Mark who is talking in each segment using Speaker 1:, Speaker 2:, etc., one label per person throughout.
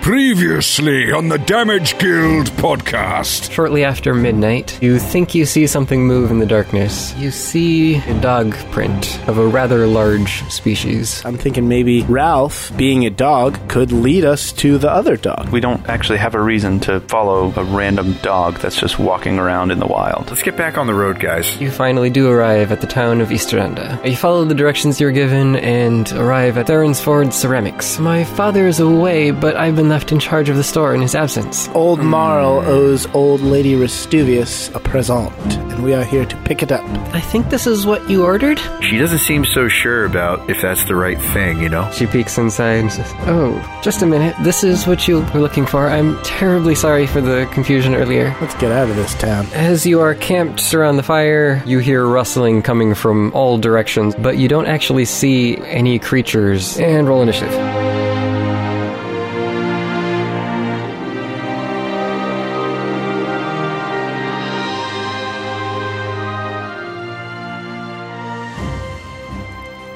Speaker 1: Previously on the Damage Guild podcast.
Speaker 2: Shortly after midnight, you think you see something move in the darkness. You see a dog print of a rather large species.
Speaker 3: I'm thinking maybe Ralph, being a dog, could lead us to the other dog.
Speaker 4: We don't actually have a reason to follow a random dog that's just walking around in the wild.
Speaker 5: Let's get back on the road, guys.
Speaker 2: You finally do arrive at the town of Easteranda. You follow the directions you're given and arrive at Theronsford Ceramics. My father is away, but I've been left in charge of the store in his absence.
Speaker 3: Old Marl owes old Lady Restuvius a present, and we are here to pick it up.
Speaker 2: I think this is what you ordered?
Speaker 5: She doesn't seem so sure about if that's the right thing, you know?
Speaker 2: She peeks inside and says, Oh, just a minute. This is what you were looking for. I'm terribly sorry for the confusion earlier.
Speaker 3: Let's get out of this town.
Speaker 2: As you are camped around the fire, you hear rustling coming from all directions, but you don't actually see any creatures. And roll initiative.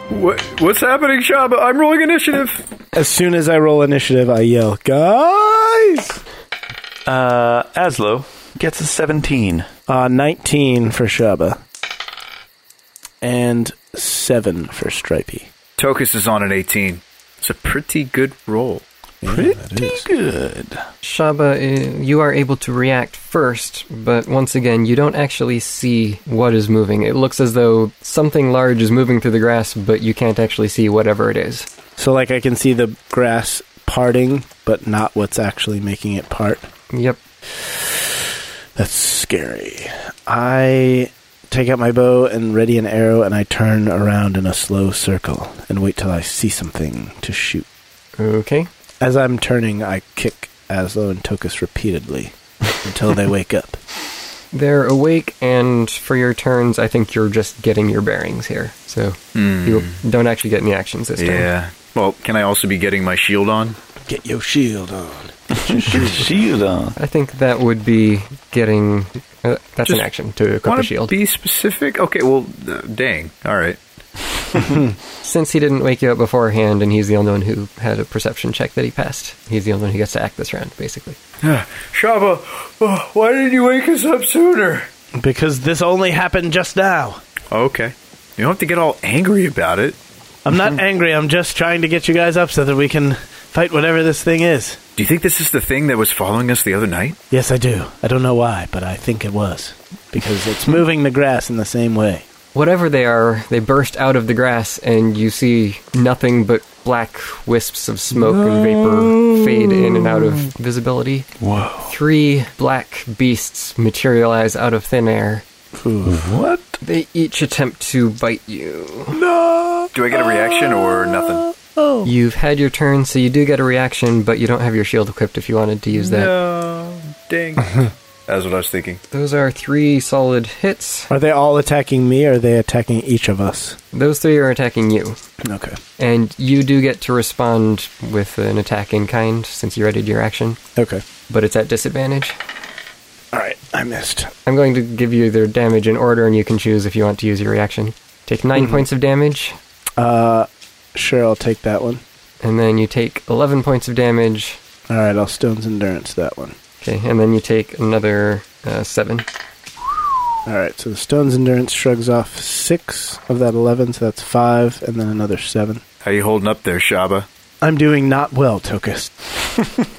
Speaker 5: What, what's happening, Shaba? I'm rolling initiative.
Speaker 3: As soon as I roll initiative, I yell, Guys!
Speaker 4: Uh, Aslo gets a 17.
Speaker 3: Uh, 19 for Shaba. And 7 for Stripey.
Speaker 5: Tokus is on an 18. It's a pretty good roll.
Speaker 4: Pretty good.
Speaker 2: Shaba, uh, you are able to react first, but once again, you don't actually see what is moving. It looks as though something large is moving through the grass, but you can't actually see whatever it is.
Speaker 3: So, like, I can see the grass parting, but not what's actually making it part.
Speaker 2: Yep.
Speaker 3: That's scary. I take out my bow and ready an arrow, and I turn around in a slow circle and wait till I see something to shoot.
Speaker 2: Okay.
Speaker 3: As I'm turning, I kick Aslo and Tokus repeatedly until they wake up.
Speaker 2: They're awake, and for your turns, I think you're just getting your bearings here. So you don't actually get any actions this turn.
Speaker 5: Yeah. Well, can I also be getting my shield on?
Speaker 3: Get your shield on.
Speaker 4: Shield on.
Speaker 2: I think that would be getting. Uh, that's an action to equip a
Speaker 5: Wanna
Speaker 2: shield.
Speaker 5: Be specific. Okay. Well, uh, dang. All right.
Speaker 2: Since he didn't wake you up beforehand, and he's the only one who had a perception check that he passed, he's the only one who gets to act this round, basically.
Speaker 5: Shaba, oh, why didn't you wake us up sooner?
Speaker 3: Because this only happened just now.
Speaker 5: Okay. You don't have to get all angry about it.
Speaker 3: I'm not angry, I'm just trying to get you guys up so that we can fight whatever this thing is.
Speaker 5: Do you think this is the thing that was following us the other night?
Speaker 3: Yes, I do. I don't know why, but I think it was. Because it's moving the grass in the same way.
Speaker 2: Whatever they are, they burst out of the grass, and you see nothing but black wisps of smoke and vapor fade in and out of visibility.
Speaker 4: Whoa.
Speaker 2: Three black beasts materialize out of thin air.
Speaker 4: What?
Speaker 2: They each attempt to bite you.
Speaker 5: Do I get a reaction or nothing?
Speaker 2: You've had your turn, so you do get a reaction, but you don't have your shield equipped if you wanted to use that.
Speaker 5: No. Dang. That's what I was thinking.
Speaker 2: Those are three solid hits.
Speaker 3: Are they all attacking me or are they attacking each of us?
Speaker 2: Those three are attacking you.
Speaker 3: Okay.
Speaker 2: And you do get to respond with an attack in kind since you readied your action,
Speaker 3: Okay.
Speaker 2: but it's at disadvantage.
Speaker 3: Alright, I missed.
Speaker 2: I'm going to give you their damage in order, and you can choose if you want to use your reaction. Take 9 points of damage,
Speaker 3: Sure, I'll take that one.
Speaker 2: and then you take 11 points of damage.
Speaker 3: Alright, I'll Stone's Endurance that one.
Speaker 2: Okay, and then you take another uh, 7.
Speaker 3: Alright, so the Stone's Endurance shrugs off six of that 11, so that's five, and then another seven.
Speaker 5: How you holding up there, Shaba?
Speaker 3: I'm doing not well, Tokus.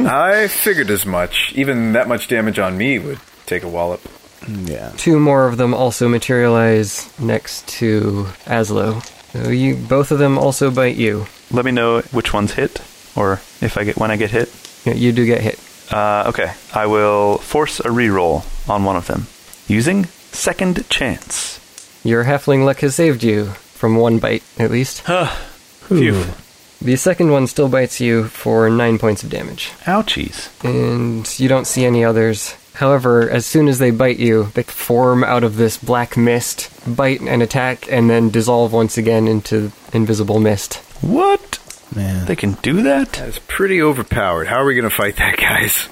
Speaker 5: I figured as much. Even that much damage on me would take a wallop.
Speaker 3: Yeah.
Speaker 2: Two more of them also materialize next to Aslo. So you, both of them also bite you.
Speaker 4: Let me know which one's hit, or if I get when I get hit.
Speaker 2: Yeah, You do get hit.
Speaker 4: Uh, okay, I will force a reroll on one of them using second chance.
Speaker 2: Your halfling luck has saved you from one bite, at least.
Speaker 4: Phew.
Speaker 2: The second one still bites you for nine points of damage,
Speaker 4: Ouchies.
Speaker 2: and you don't see any others. However, as soon as they bite you, they form out of this black mist, bite and attack, and then dissolve once again into invisible mist.
Speaker 4: What?
Speaker 3: Man.
Speaker 4: They can do that?
Speaker 5: That's pretty overpowered. How are we going to fight that, guys?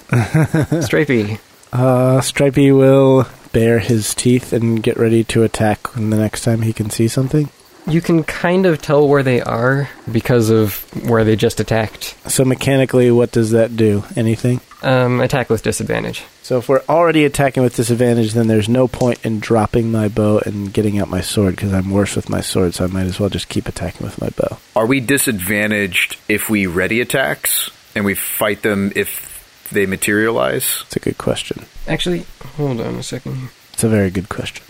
Speaker 2: Stripey,
Speaker 3: Uh, Stripey will bare his teeth and get ready to attack when the next time he can see something.
Speaker 2: You can kind of tell where they are because of where they just attacked.
Speaker 3: So mechanically, what does that do? Anything?
Speaker 2: Um, attack with disadvantage.
Speaker 3: So if we're already attacking with disadvantage, then there's no point in dropping my bow and getting out my sword because I'm worse with my sword. So I might as well just keep attacking with my bow.
Speaker 5: Are we disadvantaged if we ready attacks and we fight them if they materialize?
Speaker 3: It's a good question.
Speaker 2: Actually, hold on a second here.
Speaker 3: It's a very good question.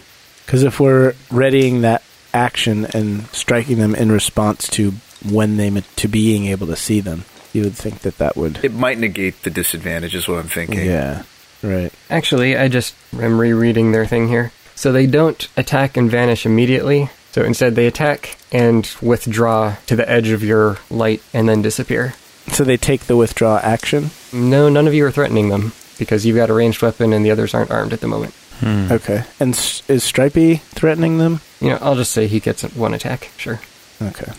Speaker 3: Because if we're readying that action and striking them in response to when they ma- to being able to see them, you would think that that would.
Speaker 5: It might negate the disadvantage, is what I'm thinking.
Speaker 3: Yeah. Right.
Speaker 2: Actually, I just am rereading their thing here. So they don't attack and vanish immediately. So instead, they attack and withdraw to the edge of your light and then disappear.
Speaker 3: So they take the withdraw action.
Speaker 2: No, none of you are threatening them because you've got a ranged weapon and the others aren't armed at the moment.
Speaker 3: Okay. And s- is Stripey threatening them?
Speaker 2: You know, I'll just say he gets one attack. Sure.
Speaker 3: Okay.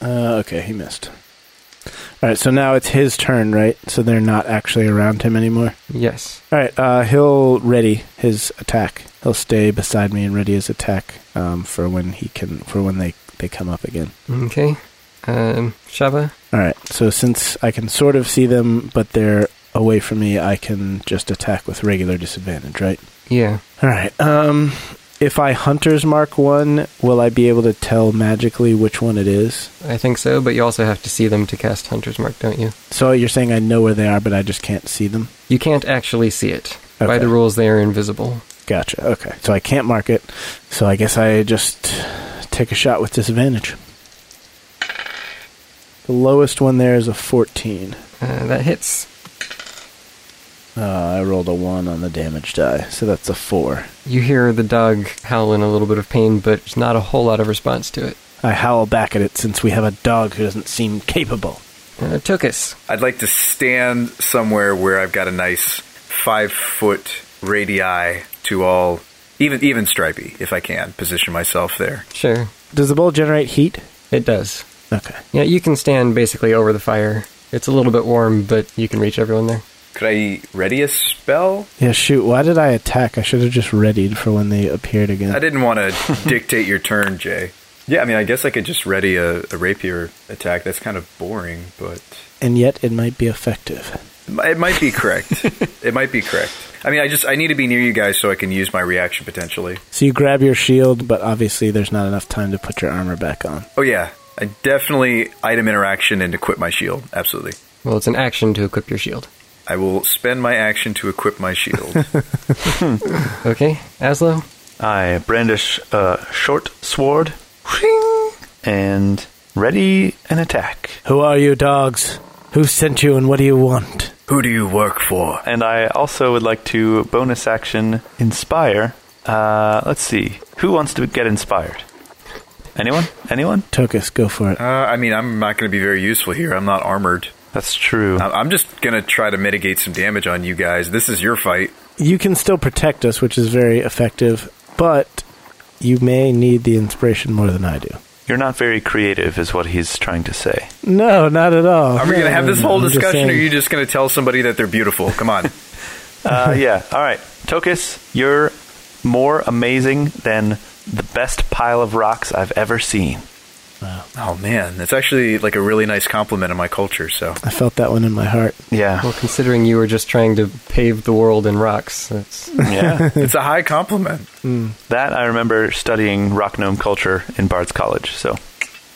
Speaker 3: Uh, okay, he missed. All right, so now it's his turn, right? So they're not actually around him anymore.
Speaker 2: Yes.
Speaker 3: All right, uh, he'll ready his attack. He'll stay beside me and ready his attack um, for when he can, for when they they come up again.
Speaker 2: Okay. Um, Shava.
Speaker 3: All right, so since I can sort of see them, but they're away from me, I can just attack with regular disadvantage, right?
Speaker 2: Yeah.
Speaker 3: All right. Um, if I hunter's mark one, will I be able to tell magically which one it is?
Speaker 2: I think so, but you also have to see them to cast Hunter's Mark, don't you?
Speaker 3: So you're saying I know where they are, but I just can't see them?
Speaker 2: You can't actually see it. By
Speaker 3: Okay.
Speaker 2: the rules, they are invisible.
Speaker 3: Gotcha. Okay. So I can't mark it. So I guess I just take a shot with disadvantage. The lowest one there is a 14.
Speaker 2: Uh, that hits.
Speaker 3: Uh, I rolled a 1 on the damage die, so that's a 4.
Speaker 2: You hear the dog howl in a little bit of pain, but there's not a whole lot of response to it.
Speaker 3: I howl back at it since we have a dog who doesn't seem capable.
Speaker 2: Uh, Tokus.
Speaker 5: I'd like to stand somewhere where I've got a nice five foot radii to all, even even stripey, if I can position myself there.
Speaker 2: Sure.
Speaker 3: Does the bowl generate heat?
Speaker 2: It does.
Speaker 3: Okay.
Speaker 2: Yeah, you can stand basically over the fire. It's a little bit warm, but you can reach everyone there.
Speaker 5: Could I ready a spell?
Speaker 3: Yeah, shoot. Why did I attack? I should have just readied for when they appeared
Speaker 5: I
Speaker 3: again.
Speaker 5: didn't want to dictate your turn, Jay. Yeah, I mean, I guess I could just ready a, a rapier attack. That's kind of boring, but
Speaker 3: And yet it might be effective.
Speaker 5: it might be correct. it might be correct. I mean, I just I need to be near you guys so I can use my reaction potentially.
Speaker 3: So you grab your shield, but obviously there's not enough time to put your armor back on.
Speaker 5: Oh yeah, I definitely item interaction and equip my shield. Absolutely.
Speaker 2: Well, it's an action to equip your shield.
Speaker 5: I will spend my action to equip my shield.
Speaker 2: Okay, Aslo?
Speaker 4: I brandish a short sword Whing! and ready an attack.
Speaker 3: Who are you, dogs? Who sent you and what do you want?
Speaker 5: Who do you work for?
Speaker 4: And I also would like to bonus action inspire. Uh, let's see. Who wants to get inspired? Anyone? Anyone?
Speaker 3: Tokus, go for it.
Speaker 5: Uh, I mean, I'm not going to be very useful here. I'm not armored.
Speaker 4: That's true.
Speaker 5: I- I'm just going to try to mitigate some damage on you guys. This is your fight.
Speaker 3: You can still protect us, which is very effective, but you may need the inspiration more than I do.
Speaker 4: You're not very creative, is what he's trying to say.
Speaker 3: No, not at all.
Speaker 5: Are we going to have this whole
Speaker 3: I'm just
Speaker 5: discussion, or are
Speaker 3: saying-
Speaker 5: you just going to tell somebody that they're beautiful? Come on.
Speaker 4: Uh, yeah. All right. Tokus, you're more amazing than the best pile of rocks I've ever seen.
Speaker 5: oh man, that's actually like a really nice compliment in my culture. So
Speaker 3: I felt that one in my heart.
Speaker 4: Yeah.
Speaker 2: Well, considering you were just trying to pave the world in rocks, that's
Speaker 4: Yeah.
Speaker 5: it's a high compliment.
Speaker 4: that I remember studying rock gnome culture in Bard's College. So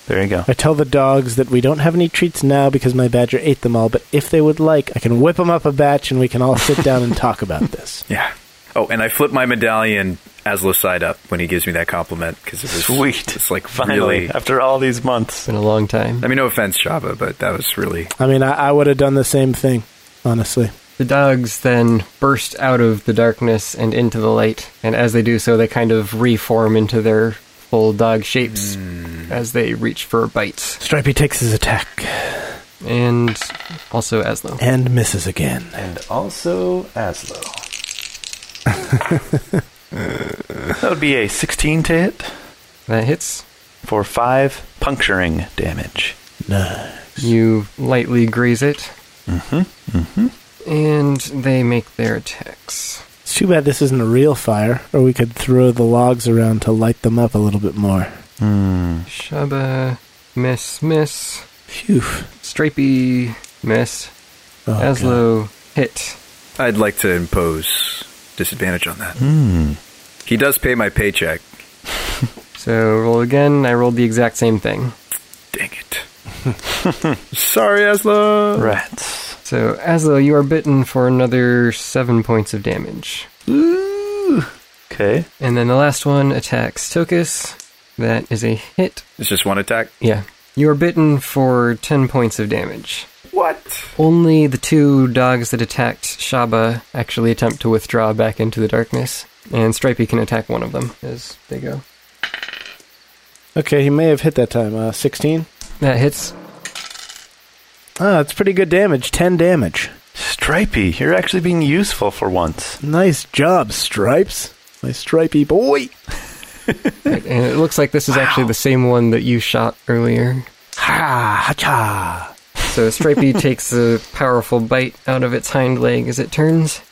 Speaker 4: there you go.
Speaker 3: I tell the dogs that we don't have any treats now because my badger ate them all, but if they would like, I can whip them up a batch and we can all sit down and talk about this.
Speaker 5: Yeah. Oh, and I flip my medallion Aslo side up when he gives me that compliment because it was
Speaker 4: Sweet.
Speaker 5: It's like
Speaker 4: finally
Speaker 5: really.
Speaker 4: after all these months.
Speaker 2: been a long time.
Speaker 5: I mean, no offense, Shava, but that was really
Speaker 3: I mean, I, I would have done the same thing, honestly.
Speaker 2: The dogs then burst out of the darkness and into the light, and as they do so, they kind of reform into their full dog shapes
Speaker 3: Hmm.
Speaker 2: as they reach for bites.
Speaker 3: Stripey takes his attack
Speaker 2: And also Aslo.
Speaker 3: and misses again.
Speaker 4: And also Aslo. that would be a 16 to hit
Speaker 2: That hits.
Speaker 4: for 5 puncturing damage.
Speaker 3: No.
Speaker 2: You lightly graze it. Mm-hmm. Mm-hmm. And they make their attacks.
Speaker 3: It's too bad this isn't a real fire, or we could throw the logs around to light them up a little bit more.
Speaker 2: Shaba, miss, miss.
Speaker 3: Phew.
Speaker 2: Strapey, miss.
Speaker 3: Oh, God.
Speaker 2: Aslo, hit.
Speaker 5: I'd like to impose disadvantage on that. He does pay my paycheck.
Speaker 2: So roll again. I rolled the exact same thing.
Speaker 5: Dang it. Sorry, Asla.
Speaker 4: Rats.
Speaker 2: So Aslo, you are bitten for another seven points of damage.
Speaker 4: Ooh. Okay.
Speaker 2: And then the last one attacks Tokus. That is a hit.
Speaker 5: It's just one attack.
Speaker 2: Yeah. You are bitten for 10 points of damage.
Speaker 5: What?
Speaker 2: Only the two dogs that attacked Shaba actually attempt to withdraw back into the darkness. And Stripey can attack one of them as they go.
Speaker 3: Okay, he may have hit that time. Uh, 16?
Speaker 2: That hits.
Speaker 3: Ah, that's pretty good damage. 10 damage.
Speaker 4: Stripey, you're actually being useful for once.
Speaker 3: Nice job, Stripes. My stripey boy.
Speaker 2: Right, and it looks like this is actually the same one that you shot earlier.
Speaker 3: Ha, ha, cha.
Speaker 2: So Stripey takes a powerful bite out of its hind leg as it turns.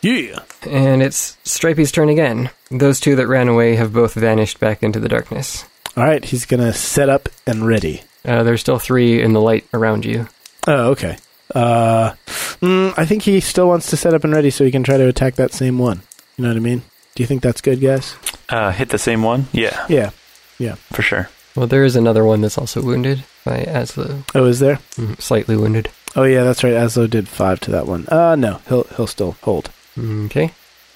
Speaker 3: Yeah.
Speaker 2: And it's Stripey's turn again. Those two that ran away have both vanished back into the darkness.
Speaker 3: All right, he's going to set up and ready.
Speaker 2: Uh, there's still three in the light around you.
Speaker 3: Oh, okay. Uh, mm, I think he still wants to set up and ready so he can try to attack that same one. You know what I mean? Do you think that's good, guys?
Speaker 4: Uh, hit the same one? Yeah,
Speaker 3: Yeah. Yeah.
Speaker 4: for sure.
Speaker 2: Well, there is another one that's also wounded by Aslo.
Speaker 3: Oh, is there?
Speaker 2: Mm, Slightly wounded.
Speaker 3: Oh, yeah, that's right. Aslo did five to that one. Uh, no, he'll he'll still hold.
Speaker 2: Okay.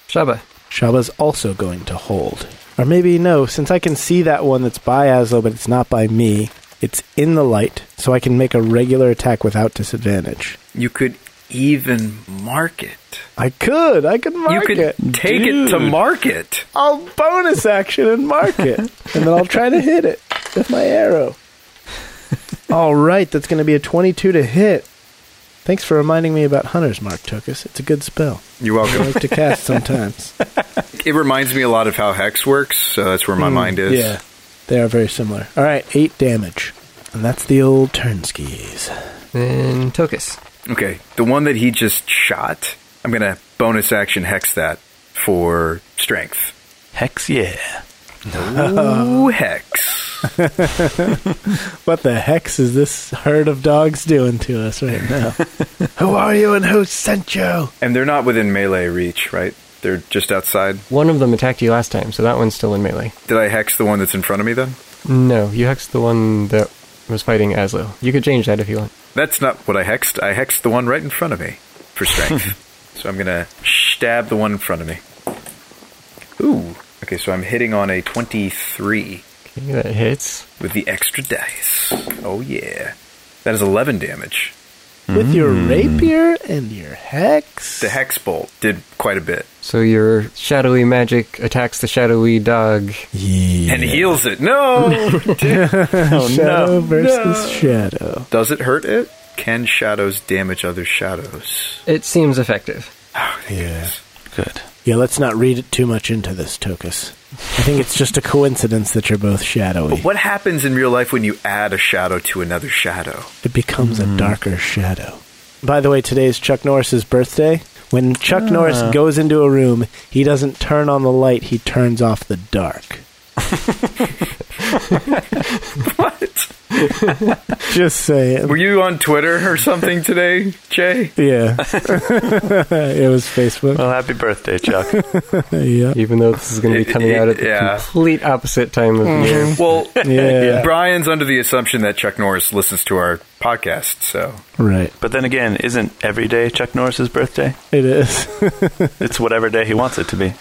Speaker 2: Shaba.
Speaker 3: Shaba's also going to hold. Or maybe no, since I can see that one that's by Aslo, but it's not by me. It's in the light, so I can make a regular attack without disadvantage.
Speaker 5: You could even mark it.
Speaker 3: I could. I could mark
Speaker 5: you could
Speaker 3: it.
Speaker 5: take it to market.
Speaker 3: I'll bonus action and mark it, and then I'll try to hit it with my arrow. All right, that's going to be a 22 to hit. Thanks for reminding me about Hunter's Mark, Tokus. It's a good spell.
Speaker 5: You're
Speaker 3: I
Speaker 5: welcome.
Speaker 3: like to cast sometimes.
Speaker 5: it reminds me a lot of how Hex works, so that's where my mind is.
Speaker 3: Yeah, they are very similar. All right, eight damage, and that's the old turnskis.
Speaker 2: Then Tokus.
Speaker 5: Okay, the one that he just shot, I'm going to bonus action Hex that for strength.
Speaker 4: Hex, yeah.
Speaker 5: Ooh, Hex.
Speaker 3: What the hex is this herd of dogs doing to us right now? who are you and who sent you?
Speaker 5: And they're not within melee reach, right? They're just outside.
Speaker 2: One of them attacked you last time, so that one's still in melee.
Speaker 5: Did I hex the one that's in front of me then?
Speaker 2: No, you hexed the one that was fighting Aslo. You could change that if you want.
Speaker 5: That's not what I hexed. I hexed the one right in front of me for strength. so I'm going to stab the one in front of me. Ooh. Okay, so I'm hitting on a 23
Speaker 2: Okay, that hits.
Speaker 5: with the extra dice. Oh, yeah. That is 11 damage.
Speaker 3: With your rapier and your hex?
Speaker 5: The hex bolt did quite a bit
Speaker 2: So your shadowy magic attacks the shadowy dog.
Speaker 5: and heals it. No!
Speaker 3: shadow versus shadow.
Speaker 5: Does it hurt it? Can shadows damage other shadows?
Speaker 2: It seems effective.
Speaker 3: Yeah.
Speaker 4: Good.
Speaker 3: Yeah, let's not read it too much into this, Tokus. I think it's just a coincidence that you're both shadowy.
Speaker 5: But what happens in real life when you add a shadow to another shadow?
Speaker 3: It becomes a darker shadow. By the way, today's Chuck Norris's birthday. When Chuck Norris goes into a room, he doesn't turn on the light, he turns off the dark.
Speaker 5: What?
Speaker 3: Just saying.
Speaker 5: Were you on Twitter or something today, Jay?
Speaker 3: Yeah. it was Facebook.
Speaker 4: Well, happy birthday, Chuck.
Speaker 3: Yeah.
Speaker 2: Even though this is going to be coming out at the
Speaker 5: Yeah.
Speaker 2: complete opposite time of year.
Speaker 5: Well,
Speaker 3: Yeah.
Speaker 5: Brian's under the assumption that Chuck Norris listens to our podcast, so
Speaker 3: Right.
Speaker 4: but then again, isn't every day Chuck Norris's birthday?
Speaker 3: It is.
Speaker 4: It's whatever day he wants it to be.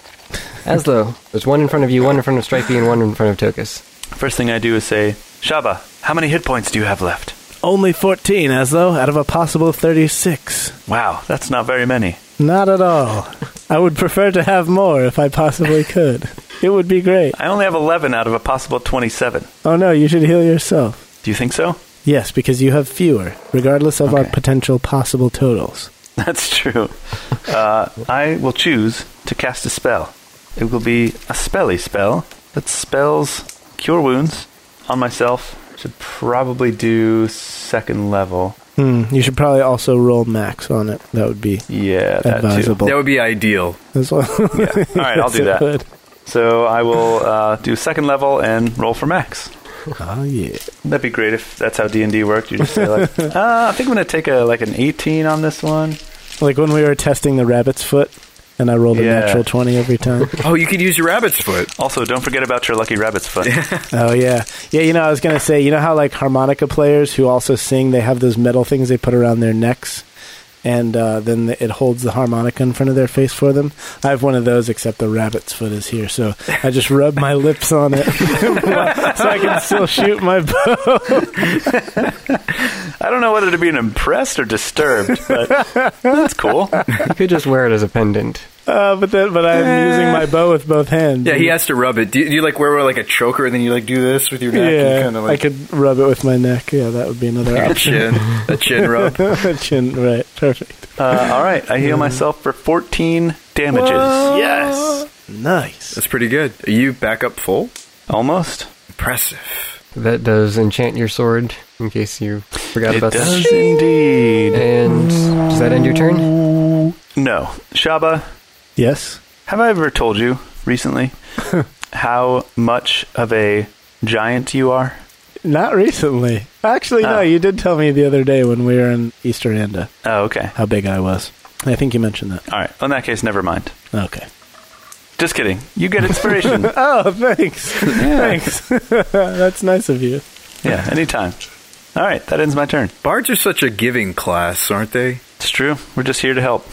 Speaker 2: Aslo, there's one in front of you, one in front of Stripey, and one in front of Tokus.
Speaker 4: First thing I do is say, Shaba, how many hit points do you have left?
Speaker 3: Only 14, as though, out of a possible 36.
Speaker 4: Wow, that's not very many.
Speaker 3: Not at all. I would prefer to have more if I possibly could. It would be great.
Speaker 4: I only have 11 out of a possible 27.
Speaker 3: Oh no, you should heal yourself.
Speaker 4: Do you think so?
Speaker 3: Yes, because you have fewer, regardless of our
Speaker 4: Okay.
Speaker 3: potential possible totals.
Speaker 4: That's true. Uh, I will choose to cast a spell. It will be a spelly spell that spells Cure Wounds on myself Should probably do second level.
Speaker 3: Hmm,
Speaker 4: Mm-hmm.
Speaker 3: you should probably also roll max on it. That would be
Speaker 4: Yeah, that
Speaker 3: advisable.
Speaker 5: That would be ideal.
Speaker 3: As well.
Speaker 4: too. Yeah. All right, I'll do
Speaker 3: Yes, it
Speaker 4: that.
Speaker 3: would.
Speaker 4: So I will uh, do second level and roll for max.
Speaker 3: Oh yeah.
Speaker 4: That'd be great if that's how D and D worked. You just say like, uh, I think I'm gonna take a like an 18 on this one.
Speaker 3: Like when we were testing the rabbit's foot, and I rolled a
Speaker 4: Yeah.
Speaker 3: natural twenty every time.
Speaker 5: Oh, you could use your rabbit's foot.
Speaker 4: Also, don't forget about your lucky rabbit's foot.
Speaker 3: oh yeah, yeah. You know, I was gonna say, you know how like harmonica players who also sing, they have those metal things they put around their necks, and uh, then the, it holds the harmonica in front of their face for them. I have one of those, except the rabbit's foot is here, so I just rub my lips on it so I can still shoot my bow.
Speaker 4: I don't know whether to be impressed or disturbed, but that's cool. Uh,
Speaker 2: You could just wear it as a pendant.
Speaker 3: Uh, but then, but I'm using my bow with both hands.
Speaker 5: Yeah, he has to rub it. Do you, do you like wear like a choker and then you like do this with your neck?
Speaker 3: Yeah,
Speaker 5: and kinda, like,
Speaker 3: I could rub it with my neck. Yeah, that would be another
Speaker 5: a
Speaker 3: option.
Speaker 5: chin, a chin rub.
Speaker 3: Chin, right? Perfect.
Speaker 4: Uh, all right, I heal myself for 14 damages. Yes,
Speaker 3: Nice.
Speaker 5: That's pretty good. Are you back up full?
Speaker 4: almost.
Speaker 5: Impressive.
Speaker 2: That does enchant your sword, in case you forgot
Speaker 4: It
Speaker 2: about
Speaker 4: does
Speaker 2: that.
Speaker 4: indeed.
Speaker 2: And does that end your turn?
Speaker 4: No, Shaba,
Speaker 3: Yes.
Speaker 4: have I ever told you recently how much of a giant you are?
Speaker 3: Not recently. Actually, no.
Speaker 4: Oh.
Speaker 3: You did tell me the other day when we were in Easteranda
Speaker 4: Oh, okay.
Speaker 3: how big I was. I think you mentioned that.
Speaker 4: All right. In that case, never mind.
Speaker 3: Okay.
Speaker 4: Just kidding. You get inspiration.
Speaker 3: Oh, thanks. Thanks. That's nice of you.
Speaker 4: yeah, anytime. All right, that ends my turn.
Speaker 5: Bards are such a giving class, aren't they?
Speaker 4: It's true. We're just here to help.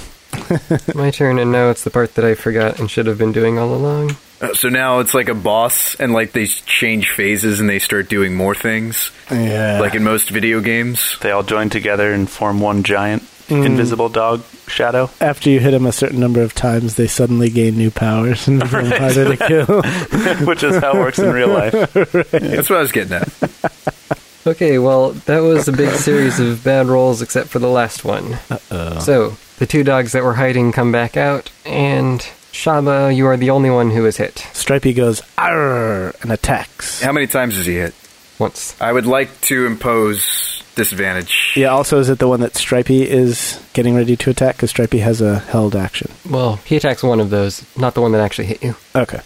Speaker 2: My turn, and now it's the part that I forgot and should have been doing all along.
Speaker 5: Uh, so now it's like a boss, and like they change phases and they start doing more things,
Speaker 3: Yeah.
Speaker 5: like in most video games.
Speaker 4: They all join together and form one giant invisible dog shadow.
Speaker 3: after you hit them a certain number of times, they suddenly gain new powers and become harder to kill.
Speaker 4: which is how it works in real life.
Speaker 5: That's what I was getting at.
Speaker 2: Okay, well, that was a big series of bad rolls except for the last one. Uh-oh. So, the two dogs that were hiding come back out, and Shaba, you are the only one who is hit.
Speaker 3: Stripey goes arr and attacks.
Speaker 5: How many times does he hit?
Speaker 2: Once.
Speaker 5: I would like to impose disadvantage.
Speaker 3: Yeah. Also, is it the one that Stripey is getting ready to attack? Because Stripey has a held action.
Speaker 2: Well, he attacks one of those, not the one that actually hit you.
Speaker 3: Okay.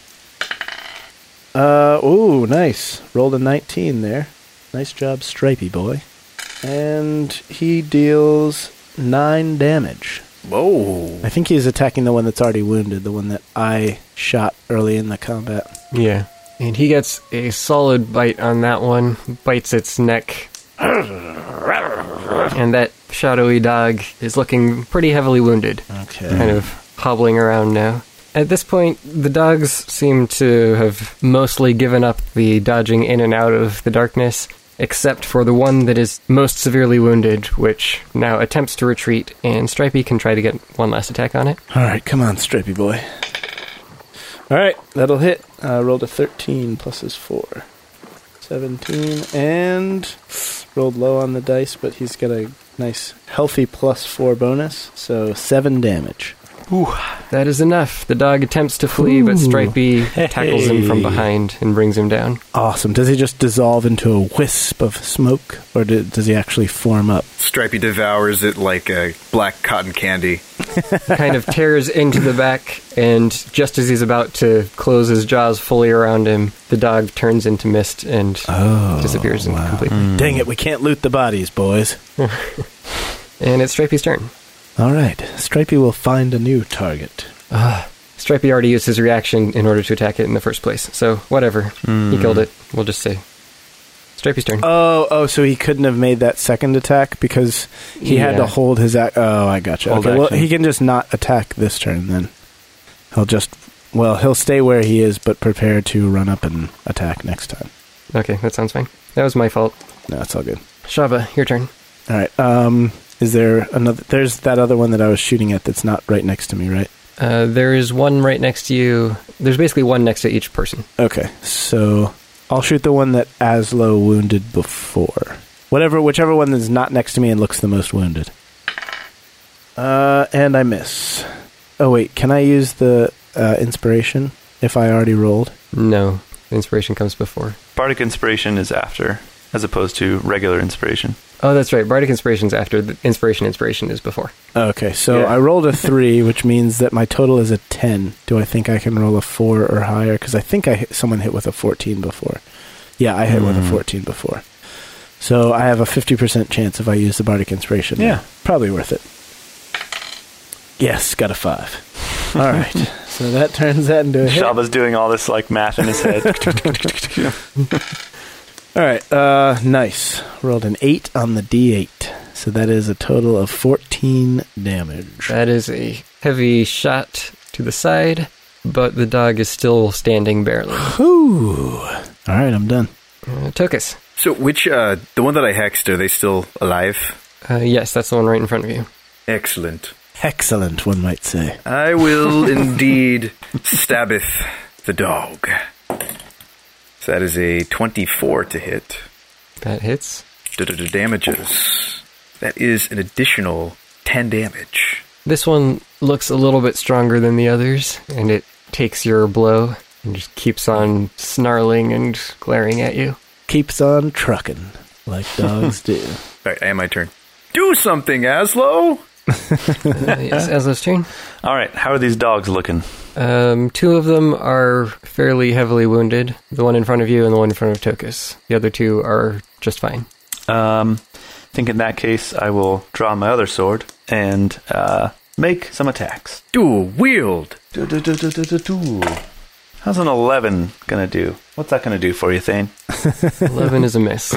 Speaker 3: Uh, ooh, nice. Rolled a 19 there. Nice job, Stripey boy. And he deals 9 damage.
Speaker 5: Whoa!
Speaker 3: I think he's attacking the one that's already wounded, the one that I shot early in the combat.
Speaker 2: Yeah. And he gets a solid bite on that one, bites its neck. And that shadowy dog is looking pretty heavily wounded,
Speaker 3: Okay.
Speaker 2: kind of hobbling around now. At this point, the dogs seem to have mostly given up the dodging in and out of the darkness, except for the one that is most severely wounded, which now attempts to retreat, and Stripey can try to get one last attack on it.
Speaker 3: All right, come on, Stripey boy. All right, that'll hit. I rolled a 13 plus his 4. 17 and rolled low on the dice, but he's got a nice healthy plus 4 bonus, so 7 damage.
Speaker 2: That is enough. The dog attempts to flee, but Stripey tackles him from
Speaker 3: Hey.
Speaker 2: behind and brings him down.
Speaker 3: Awesome. Does he just dissolve into a wisp of smoke, or do, does he actually form up?
Speaker 5: Stripey devours it like a black cotton candy.
Speaker 2: kind of tears into the back, and just as he's about to close his jaws fully around him, the dog turns into mist and
Speaker 3: Oh,
Speaker 2: disappears in completely.
Speaker 3: Dang it, we can't loot the bodies, boys.
Speaker 2: And it's Stripey's turn.
Speaker 3: All right, Stripey will find a new target.
Speaker 2: Stripey already used his reaction in order to attack it in the first place, so whatever. He killed it. We'll just say. Stripey's turn.
Speaker 3: Mm. Oh, oh, so he couldn't have made that second attack because he had to
Speaker 2: Yeah.
Speaker 3: hold his ac Oh, I gotcha.
Speaker 4: Hold
Speaker 3: Okay, well,
Speaker 4: action.
Speaker 3: he can just not attack this turn then. He'll just, well, he'll stay where he is, but prepare to run up and attack next time.
Speaker 2: Okay, that sounds fine. That was my fault.
Speaker 3: No, it's all good.
Speaker 2: Shava, your turn.
Speaker 3: All right. Um, is there another? There's that other one that I was shooting at that's not right next to me, right?
Speaker 2: Uh, there is one right next to you. There's basically one next to each person.
Speaker 3: Okay, so I'll shoot the one that Aslo wounded before. Whatever, whichever one that's not next to me and looks the most wounded. Uh, and I miss. Oh wait, can I use the uh, inspiration if I already rolled?
Speaker 2: No, inspiration comes before.
Speaker 4: Bardic inspiration is after. as opposed to regular inspiration.
Speaker 2: Oh, that's right. Bardic Inspiration's after the Inspiration Inspiration is before.
Speaker 3: Okay, so
Speaker 4: Yeah.
Speaker 3: I rolled a three, which means that my total is a ten. Do I think I can roll a four or higher? Because I think I hit, someone hit with a fourteen before. Yeah, I hit with
Speaker 4: Mm.
Speaker 3: a fourteen before. So I have a fifty percent chance if I use the bardic inspiration.
Speaker 4: Yeah.
Speaker 3: probably worth it. Yes, got a five. All right, so that turns that into a hit.
Speaker 4: Shaba's doing all this like math in his head.
Speaker 3: All right, uh, nice. Rolled an eight on the d8, so that is a total of fourteen damage.
Speaker 2: That is a heavy shot to the side, but the dog is still standing barely.
Speaker 3: Ooh. All right, I'm done.
Speaker 2: Uh, Tokus.
Speaker 5: So which uh the one that I hexed, are they still alive?
Speaker 2: Uh, yes, that's the one right in front of you.
Speaker 5: Excellent.
Speaker 3: Excellent, one might say.
Speaker 5: I will indeed stabbeth the dog. So that is a twenty-four to hit.
Speaker 2: That hits.
Speaker 5: Da-da-da damages. That is an additional ten damage.
Speaker 2: This one looks a little bit stronger than the others, and it takes your blow and just keeps on snarling and glaring at you.
Speaker 3: keeps on trucking like dogs do.
Speaker 5: All right, I am my turn. Do something, Aslo.
Speaker 2: Uh, yes, Aslo's turn.
Speaker 4: all right, how are these dogs looking?
Speaker 2: Um, two of them are fairly heavily wounded. The one in front of you and the one in front of Tokus. The other two are just fine.
Speaker 4: Um, I think in that case, I will draw my other sword and uh, make some attacks.
Speaker 5: Dual wield.
Speaker 4: Do, do, do, do, do, do, do. How's an 11 gonna do? What's that gonna do for you, Thane?
Speaker 2: Eleven is a miss.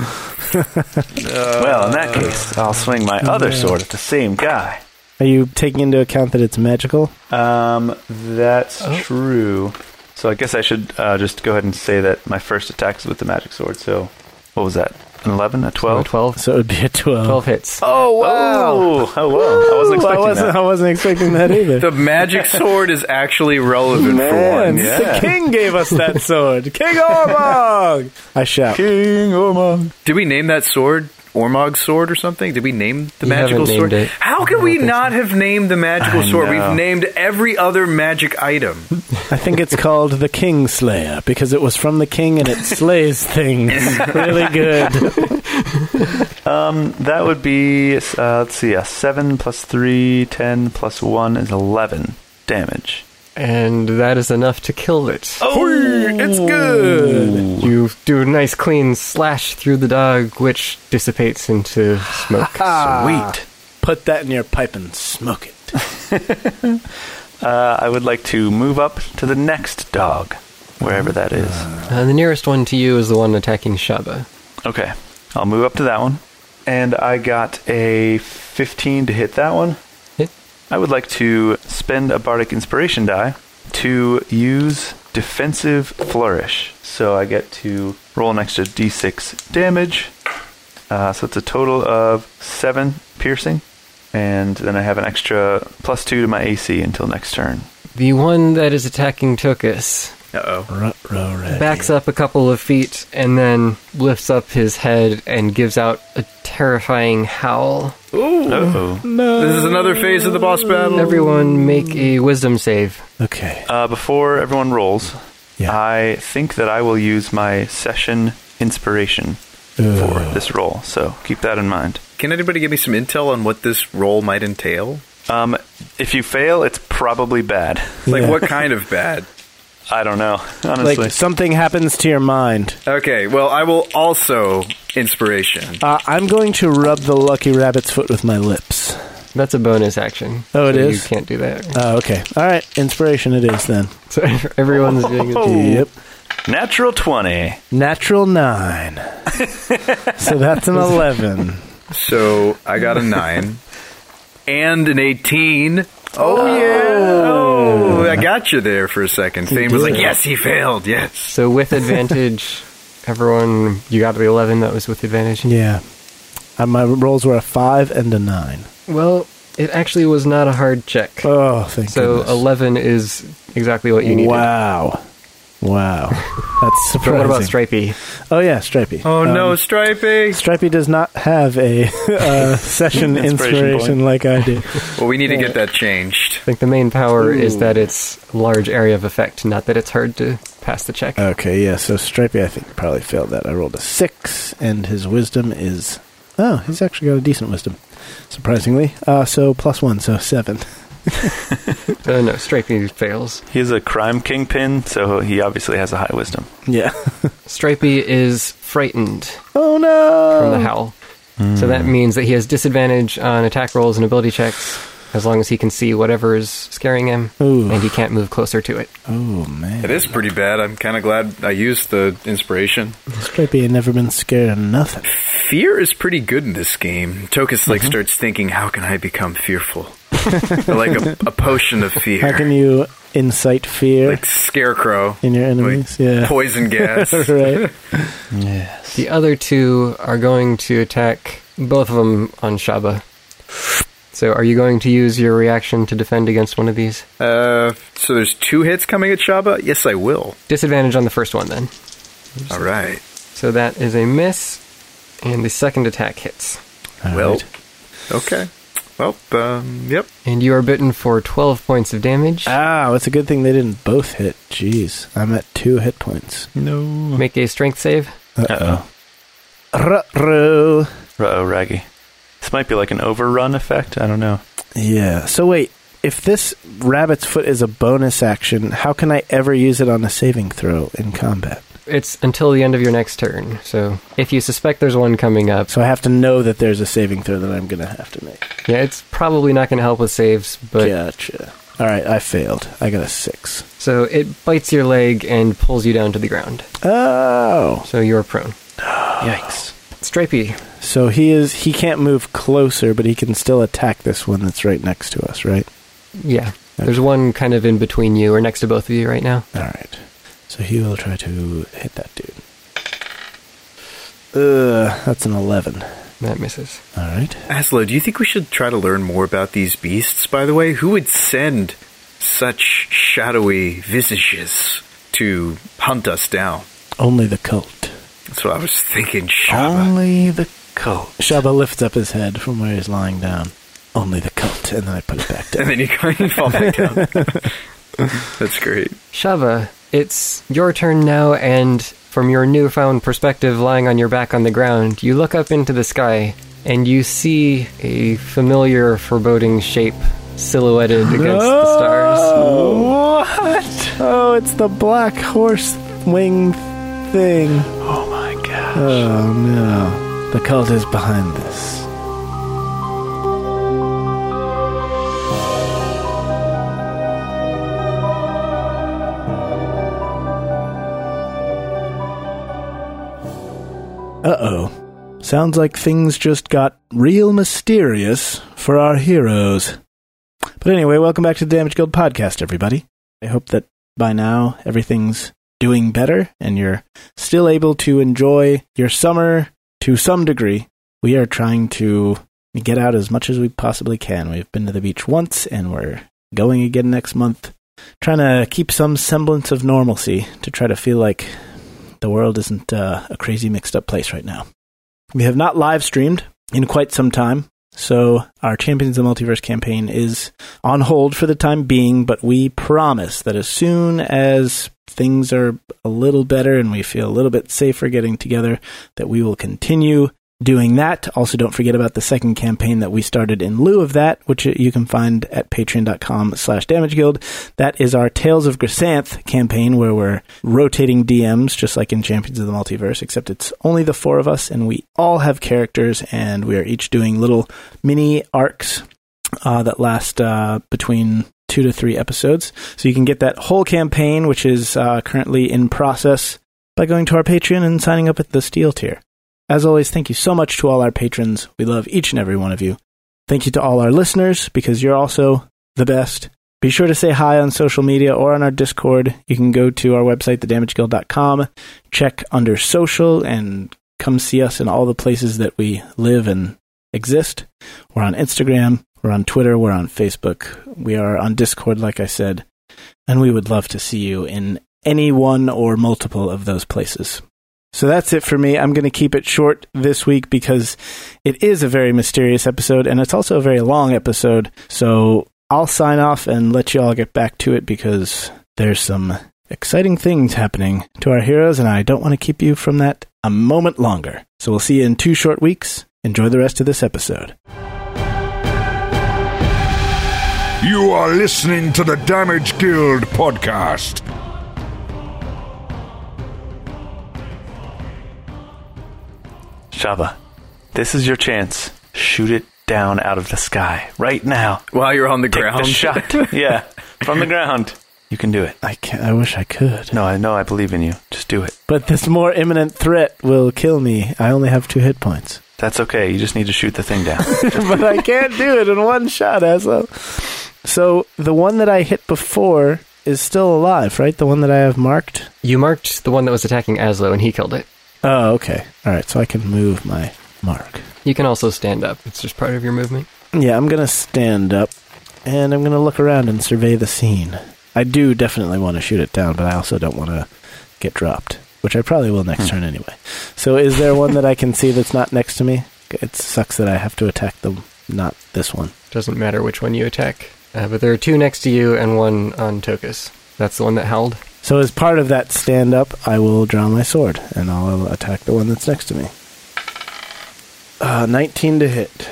Speaker 4: well, in that case, I'll swing my other sword at the same guy.
Speaker 3: Are you taking into account that it's magical?
Speaker 4: Um, that's true. So I guess I should uh, just go ahead and say that my first attack is with the magic sword. So what was that? An 11? A
Speaker 2: Oh,
Speaker 4: 12?
Speaker 2: Twelve.
Speaker 3: So it would be a 12.
Speaker 2: Twelve hits.
Speaker 4: Oh, wow! Oh, wow. I
Speaker 3: I
Speaker 4: wasn't expecting
Speaker 3: wasn't,
Speaker 4: that.
Speaker 3: I wasn't expecting that either.
Speaker 5: The magic sword is actually relevant for
Speaker 3: Man,
Speaker 5: once.
Speaker 4: yeah.
Speaker 3: the king gave us that sword. King Ormog! I shout.
Speaker 4: King Ormond.
Speaker 5: Did we name that sword Ormog's sword or something? Did we name the
Speaker 2: You
Speaker 5: magical
Speaker 2: haven't named
Speaker 5: sword?
Speaker 2: it.
Speaker 5: How could we not have named the magical
Speaker 4: I
Speaker 5: sword?
Speaker 4: know.
Speaker 5: We've named every other magic item.
Speaker 3: I think it's called the King Slayer because it was from the king and it slays things. really good.
Speaker 4: That would be, uh, let's see, a 7 plus 3, 10 plus 1 is 11 damage.
Speaker 2: And that is enough to kill it.
Speaker 5: It's good.
Speaker 2: You do a nice clean slash through the dog, which dissipates into smoke.
Speaker 4: Ah.
Speaker 5: Sweet.
Speaker 3: Put that in your pipe and smoke it.
Speaker 4: Uh, I would like to move up to the next dog, wherever that is.
Speaker 2: Uh, the nearest one to you is the one attacking Shaba.
Speaker 4: Okay, I'll move up to that one. And I got a 15 to hit that one.
Speaker 2: Hit.
Speaker 4: I would like to spend a bardic inspiration die to use defensive flourish. So I get to roll an extra d6 damage. Uh, so it's a total of seven piercing, and then I have an extra plus two to my AC until next turn.
Speaker 2: The one that is attacking Tokus
Speaker 5: Uh oh.
Speaker 3: Ruh-roh ready.
Speaker 2: backs up a couple of feet and then lifts up his head and gives out a terrifying howl.
Speaker 4: Uh-oh.
Speaker 5: This is another phase of the boss battle.
Speaker 2: Everyone make a wisdom save.
Speaker 3: Okay.
Speaker 4: Uh, before everyone rolls,
Speaker 3: Yeah.
Speaker 4: I think that I will use my session inspiration for
Speaker 3: Ugh.
Speaker 4: this roll. So keep that in mind.
Speaker 5: Can anybody give me some intel on what this role might entail?
Speaker 4: Um, if you fail, it's probably bad.
Speaker 5: Like
Speaker 3: Yeah.
Speaker 5: what kind of bad?
Speaker 4: I don't know, honestly.
Speaker 3: Like something happens to your mind.
Speaker 5: Okay, well I will also inspiration.
Speaker 3: Uh, I'm going to rub the lucky rabbit's foot with my lips.
Speaker 2: That's a bonus action.
Speaker 3: Oh, it
Speaker 2: so
Speaker 3: is?
Speaker 2: You can't do that.
Speaker 3: Oh, okay. All right. Inspiration it is then.
Speaker 2: So everyone's doing it.
Speaker 4: Oh. Natural 20.
Speaker 3: Natural nine. so that's an 11.
Speaker 5: So I got a nine and an eighteen. Oh, yeah! Oh, I got you there for a second. Thane was like,
Speaker 3: did.
Speaker 5: "Yes, he failed. Yes."
Speaker 2: So with advantage, everyone, you got the 11 that was with advantage.
Speaker 3: Yeah. Uh, my rolls were a five and a nine.
Speaker 2: Well, it actually was not a hard check.
Speaker 3: Oh, thank
Speaker 2: So
Speaker 3: goodness.
Speaker 2: 11 is exactly what you needed.
Speaker 3: Wow. Wow. That's
Speaker 2: But
Speaker 3: surprising.
Speaker 2: what about Stripey?
Speaker 3: Oh, yeah, Stripey.
Speaker 5: Oh
Speaker 3: Um,
Speaker 5: no, Stripey!
Speaker 3: Stripey does not have a uh, session
Speaker 4: Inspiration
Speaker 3: inspiration
Speaker 4: point.
Speaker 3: like I do.
Speaker 5: Well, we need to get that changed.
Speaker 2: I think the main power is that it's a large area of effect, not that it's hard to passed the check.
Speaker 3: Okay, yeah. So Stripey, I think probably failed that. I rolled a six, and his wisdom is oh, he's actually got a decent wisdom, surprisingly. Uh, so plus one, so seven.
Speaker 2: Uh, no, Stripey fails.
Speaker 4: He's a crime kingpin, so he obviously has a high wisdom.
Speaker 3: Yeah.
Speaker 2: Stripey is frightened
Speaker 3: oh no.
Speaker 2: from the howl. So
Speaker 3: Mm.
Speaker 2: that means that he has disadvantage on attack rolls and ability checks as long as he can see whatever is scaring him,
Speaker 3: Ooh.
Speaker 2: and he can't move closer to it.
Speaker 3: Oh man.
Speaker 5: It is pretty bad. I'm kind of glad I used the inspiration.
Speaker 3: Stripey had never been scared of nothing.
Speaker 5: Fear is pretty good in this game. Tokus
Speaker 3: Mm-hmm.
Speaker 5: like starts thinking, "How can I become fearful?" like a, a potion of fear.
Speaker 3: How can you incite fear?
Speaker 5: like scarecrow
Speaker 3: In your
Speaker 5: like
Speaker 3: enemies, yeah.
Speaker 5: Poison gas.
Speaker 3: right.
Speaker 2: The other two are going to attack both of them on Shaba. So are you going to use your reaction to defend against one of these?
Speaker 5: uh, so there's two hits coming at Shaba. Yes, I will.
Speaker 2: Disadvantage on the first one then.
Speaker 5: All right.
Speaker 2: So that is a miss, and the second attack hits.
Speaker 5: well, okay. Well, um, yep.
Speaker 2: And you are bitten for 12 points of damage.
Speaker 3: Ah, it's a good thing they didn't both hit. Jeez, I'm at two hit points.
Speaker 5: No.
Speaker 2: Make a strength save.
Speaker 4: Uh-oh.
Speaker 3: Ruh-roh.
Speaker 4: Uh-oh, Raggy. This might be like an overrun effect. I don't know.
Speaker 3: Yeah. So wait, if this rabbit's foot is a bonus action, how can I ever use it on a saving throw in combat?
Speaker 2: It's until the end of your next turn. So if you suspect there's one coming up,
Speaker 3: So I have to know that there's a saving throw that I'm gonna have to make.
Speaker 2: yeah, it's probably not going to help with saves, but
Speaker 3: gotcha. All right, I failed. I got a six.
Speaker 2: so it bites your leg and pulls you down to the ground.
Speaker 3: Oh,
Speaker 2: So you're prone.
Speaker 3: yikes!
Speaker 2: Stripey,
Speaker 3: So he is he can't move closer, but he can still attack this one that's right next to us, right?
Speaker 2: yeah. There's one kind of in between you or next to both of you right now.
Speaker 3: All right. So he will try to hit that dude. Ugh, that's an 11. All
Speaker 2: That misses.
Speaker 3: right.
Speaker 5: Aslo, do you think we should try to learn more about these beasts? By the way, who would send such shadowy visages to hunt us down?
Speaker 3: Only the cult.
Speaker 5: That's what I was thinking. Shaba.
Speaker 4: the coat.
Speaker 3: Shaba lifts up his head from where he's lying down. Only the cult. And then I put it back
Speaker 5: and
Speaker 3: down.
Speaker 5: then you kind of fall back down. That's great.
Speaker 2: Shava, it's your turn now, and from your newfound perspective, lying on your back on the ground, you look up into the sky and you see a familiar, foreboding shape silhouetted against the stars.
Speaker 3: Oh, what? Oh, it's the black horse wing thing.
Speaker 4: Oh my gosh.
Speaker 3: Oh, no. The cult is behind this. Uh oh. Sounds like things just got real mysterious for our heroes. But anyway, welcome back to the Damage Guild podcast, everybody. I hope that by now everything's doing better and you're still able to enjoy your summer to some degree. We are trying to get out as much as we possibly can. We've been to the beach once and we're going again next month, trying to keep some semblance of normalcy to try to feel like the world isn't uh, a crazy mixed up place right now. We have not live streamed in quite some time. So, our Champions of the Multiverse campaign is on hold for the time being, but we promise that as soon as things are a little better and we feel a little bit safer getting together, that we will continue doing that. Also, don't forget about the second campaign that we started in lieu of that, which you can find at patreon.com slash damage guild. That is our Tales of Grisanth campaign where we're rotating DMs, just like in Champions of the Multiverse, except it's only the four of us and we all have characters and we are each doing little mini arcs uh, that last uh, between two to three episodes. So you can get that whole campaign, which is uh, currently in process, by going to our Patreon and signing up at the Steel tier. As always, thank you so much to all our patrons. We love each and every one of you. Thank you to all our listeners because you're also the best. Be sure to say hi on social media or on our Discord. You can go to our website, thedamageguild.com, check under social, and come see us in all the places that we live and exist. We're on Instagram. We're on Twitter. We're on Facebook. We are on Discord, like I said. And we would love to see you in any one or multiple of those places. So that's it for me. I'm going to keep it short this week because it is a very mysterious episode and it's also a very long episode. So I'll sign off and let you all get back to it because there's some Exciting things happening to our heroes, and I don't want to keep you from that a moment longer. So we'll see you in two short weeks. Enjoy the rest of this episode.
Speaker 1: You are listening to the Damage Guild podcast.
Speaker 4: Shaba, this is your chance. Shoot it down out of the sky right now.
Speaker 5: While you're on the
Speaker 4: Take
Speaker 5: ground.
Speaker 4: the shot. yeah, from the ground. You can do it.
Speaker 3: I can I wish I could.
Speaker 4: No, I know. I believe in you. Just do it.
Speaker 3: But this more imminent threat will kill me. I only have two hit points.
Speaker 4: That's okay. You just need to shoot the thing down.
Speaker 3: but I can't do it in one shot, asshole. So the one that I hit before is still alive, right? The one that I have marked?
Speaker 2: You marked the one that was attacking Aslo, and he killed it.
Speaker 3: Oh, okay. Alright, so I can move my mark.
Speaker 2: You can also stand up. It's just part of your movement.
Speaker 3: Yeah, I'm gonna stand up and I'm gonna look around and survey the scene. I do definitely want to shoot it down, but I also don't want to get dropped, which I probably will next turn anyway. So, is there one that I can see that's not next to me? It sucks that I have to attack them, not this one.
Speaker 2: Doesn't matter which one you attack. Uh, but there are two next to you and one on Tokus. That's the one that held.
Speaker 3: So, as part of that stand up, I will draw my sword and I'll attack the one that's next to me. Uh, 19 to hit,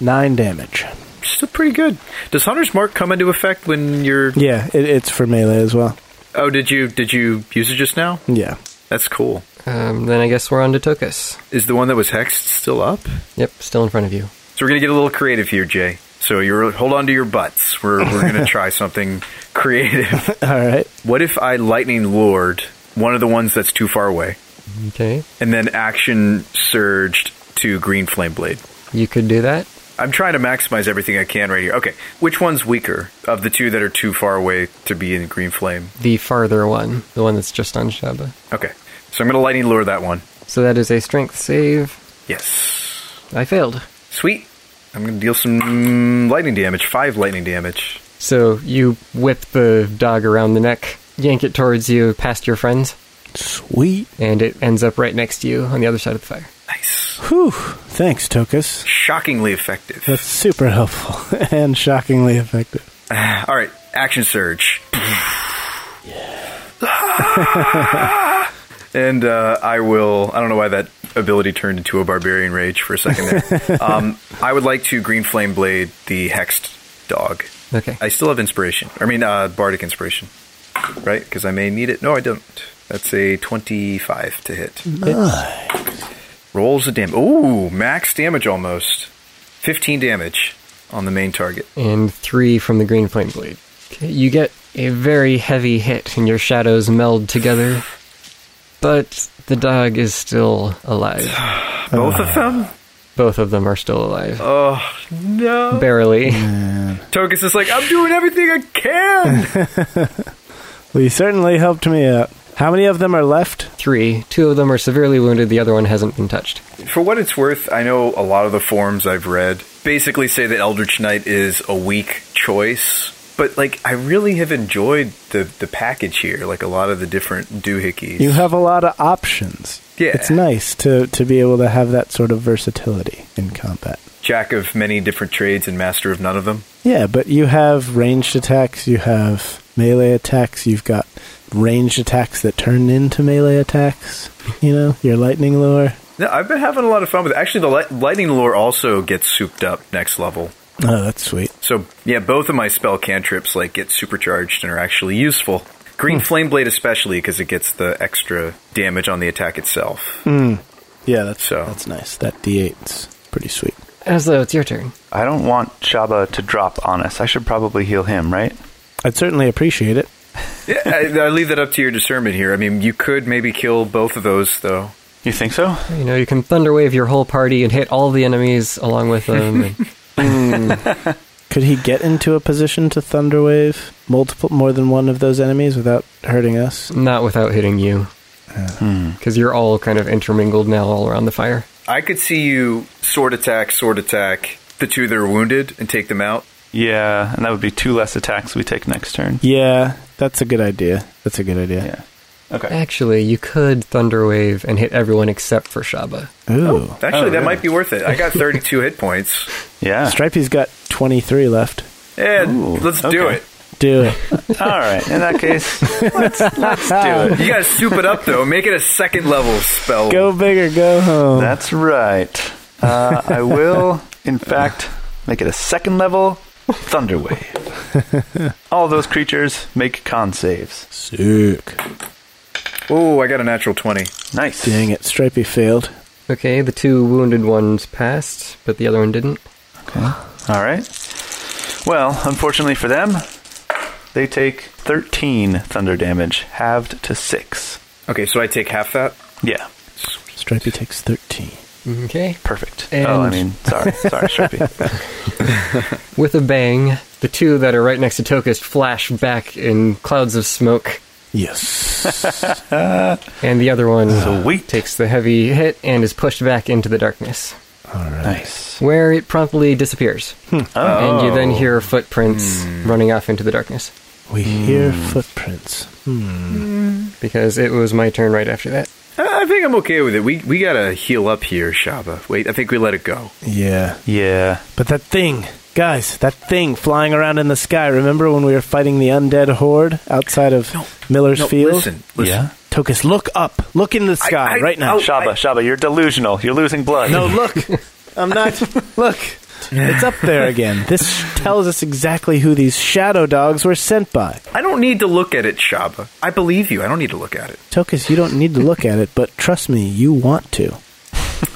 Speaker 3: 9 damage.
Speaker 5: Still pretty good. Does Hunter's Mark come into effect when you're?
Speaker 3: Yeah, it, it's for melee as well.
Speaker 5: Oh, did you did you use it just now?
Speaker 3: Yeah.
Speaker 5: That's cool.
Speaker 2: Um, then I guess we're on to Tokus.
Speaker 5: Is the one that was hexed still up?
Speaker 2: Yep, still in front of you.
Speaker 5: So we're gonna get a little creative here, Jay. So you're hold on to your butts. We're we're gonna try something creative.
Speaker 3: All right.
Speaker 5: What if I lightning lord one of the ones that's too far away,
Speaker 2: Okay,
Speaker 5: and then action surged to green flame blade?
Speaker 2: you could do that.
Speaker 5: I'm trying to maximize everything I can right here. Okay, which one's weaker of the two that are too far away to be in green flame?
Speaker 2: The farther one, the one that's just on Shaba.
Speaker 5: Okay, so I'm gonna lightning lure that one.
Speaker 2: So that is a strength save.
Speaker 5: Yes.
Speaker 2: I failed.
Speaker 5: Sweet. I'm gonna deal some lightning damage. Five lightning damage.
Speaker 2: So you whip the dog around the neck, yank it towards you, past your friends,
Speaker 3: Sweet.
Speaker 2: and it ends up right next to you on the other side of the fire.
Speaker 5: Nice.
Speaker 3: Whew. Thanks, Tokus.
Speaker 5: Shockingly effective.
Speaker 3: That's super helpful and shockingly effective.
Speaker 5: All right, action surge. and uh, I will. I don't know why that ability turned into a barbarian rage for a second there. um, I would like to green flame blade the hexed dog.
Speaker 2: Okay.
Speaker 5: I still have inspiration. I mean, uh, bardic inspiration, right? Because I may need it. No, I don't. That's a twenty-five to hit. Rolls the damage. Ooh, max damage almost. Fifteen damage on the main target.
Speaker 2: and three from the green flame blade. Okay, you get a very heavy hit, and your shadows meld together. But the dog is still alive.
Speaker 5: Both of them.
Speaker 2: Both of them are still alive.
Speaker 5: Oh no.
Speaker 2: Barely.
Speaker 5: Tokus is like, I'm doing everything I can.
Speaker 3: Well, you certainly helped me out. How many of them are left?
Speaker 2: Three. Two of them are severely wounded, the other one hasn't been touched.
Speaker 5: For what it's worth, I know a lot of the forms I've read basically say that Eldritch Knight is a weak choice. But like, I really have enjoyed the the package here. Like a lot of the different doohickeys.
Speaker 3: You have a lot of options.
Speaker 5: Yeah.
Speaker 3: It's nice to, to be able to have that sort of versatility in combat.
Speaker 5: jack of many different trades and master of none of them.
Speaker 3: Yeah, but you have ranged attacks, you have melee attacks, you've got ranged attacks that turn into melee attacks, you know, your lightning lure.
Speaker 5: No, I've been having a lot of fun with it. Actually, the light lightning lore also gets souped up next level.
Speaker 3: Oh, that's sweet.
Speaker 5: So yeah, both of my spell cantrips like get supercharged and are actually useful.
Speaker 4: Hmm.
Speaker 5: Green Flame Blade especially because it gets the extra damage on the attack itself.
Speaker 4: Hmm.
Speaker 3: Yeah, that's
Speaker 5: So-
Speaker 3: that's nice. That D8's pretty sweet.
Speaker 2: Aslo, it's your turn.
Speaker 4: I don't want Shaba to drop on us. I should probably heal him, right?
Speaker 3: I'd certainly appreciate it.
Speaker 5: Yeah, I, I leave that up to your discernment here. I mean, you could maybe kill both of those though.
Speaker 4: You think so?
Speaker 2: You know, you can thunder wave your whole party and hit all the enemies along with them. and-
Speaker 3: Could he get into a position to thunderwave multiple more than one of those enemies without hurting us?
Speaker 2: not without hitting you. Because you're all kind of intermingled now all around the fire.
Speaker 5: I could see you sword attack, sword attack the two that are wounded and take them out.
Speaker 4: Yeah, and that would be two less attacks we take next turn.
Speaker 3: Yeah, that's a good idea. That's a good idea.
Speaker 4: Yeah. Okay.
Speaker 2: Actually, you could Thunderwave and hit everyone except for Shaba.
Speaker 3: Ooh.
Speaker 5: Actually, that
Speaker 4: Oh, really?
Speaker 5: might be worth it. I got 32 hit points.
Speaker 4: Yeah.
Speaker 3: Oh. Stripey's got 23 left.
Speaker 5: And
Speaker 4: Ooh,
Speaker 5: let's do
Speaker 4: okay.
Speaker 5: it.
Speaker 3: Do it.
Speaker 4: All right. In that case, let's, let's do it.
Speaker 5: You gotta soup it up though. Make it a second level spell.
Speaker 3: Go big or go home.
Speaker 4: That's right. Uh, I will, in fact, make it a second level Thunder Wave. All those creatures make con saves.
Speaker 3: Sick.
Speaker 5: Oh, I got a natural twenty.
Speaker 4: Nice.
Speaker 3: Dang it. Stripey failed.
Speaker 2: Okay, the two wounded ones passed, but the other one didn't.
Speaker 4: All right. Well, unfortunately for them, they take 13 thunder damage, halved to 6.
Speaker 5: Okay, so I take half that.
Speaker 4: Yeah,
Speaker 3: Stripey takes 13.
Speaker 2: Okay.
Speaker 4: perfect. oh, I
Speaker 2: And-
Speaker 4: mean, sorry, sorry, Sharpie.
Speaker 2: With a bang, the two that are right next to Tokus flash back in clouds of smoke,
Speaker 3: Yes.
Speaker 2: and the other one
Speaker 4: Sweet.
Speaker 2: takes the heavy hit and is pushed back into the darkness,
Speaker 3: All right.
Speaker 4: Nice.
Speaker 2: where it promptly disappears.
Speaker 4: Oh. Hmm.
Speaker 2: And you then hear footprints running off into the darkness,
Speaker 3: We hear
Speaker 5: Hmm.
Speaker 3: footprints.
Speaker 2: because it was my turn right after that.
Speaker 5: Uh, I I think I'm okay with it. We we gotta heal up here, Shaba. Wait, I think we let it go.
Speaker 3: Yeah.
Speaker 4: Yeah.
Speaker 3: But that thing, guys, that thing flying around in the sky. Remember when we were fighting the undead horde outside of Miller's
Speaker 5: No,
Speaker 3: Field?
Speaker 5: listen, listen.
Speaker 4: Yeah.
Speaker 3: Tokus, look up. Look in the sky
Speaker 5: I- oh.
Speaker 3: right now.
Speaker 5: I'll-
Speaker 4: Shaba,
Speaker 5: I-
Speaker 4: Shaba, you're delusional. You're losing blood.
Speaker 3: Oh, no, look. I'm not. Look. It's up there again. This tells us exactly who these shadow dogs were sent by.
Speaker 5: I don't need to look at it, Shaba. I believe you. I don't need to look at it.
Speaker 3: Tokus, you don't need to look at it, but trust me, you want to.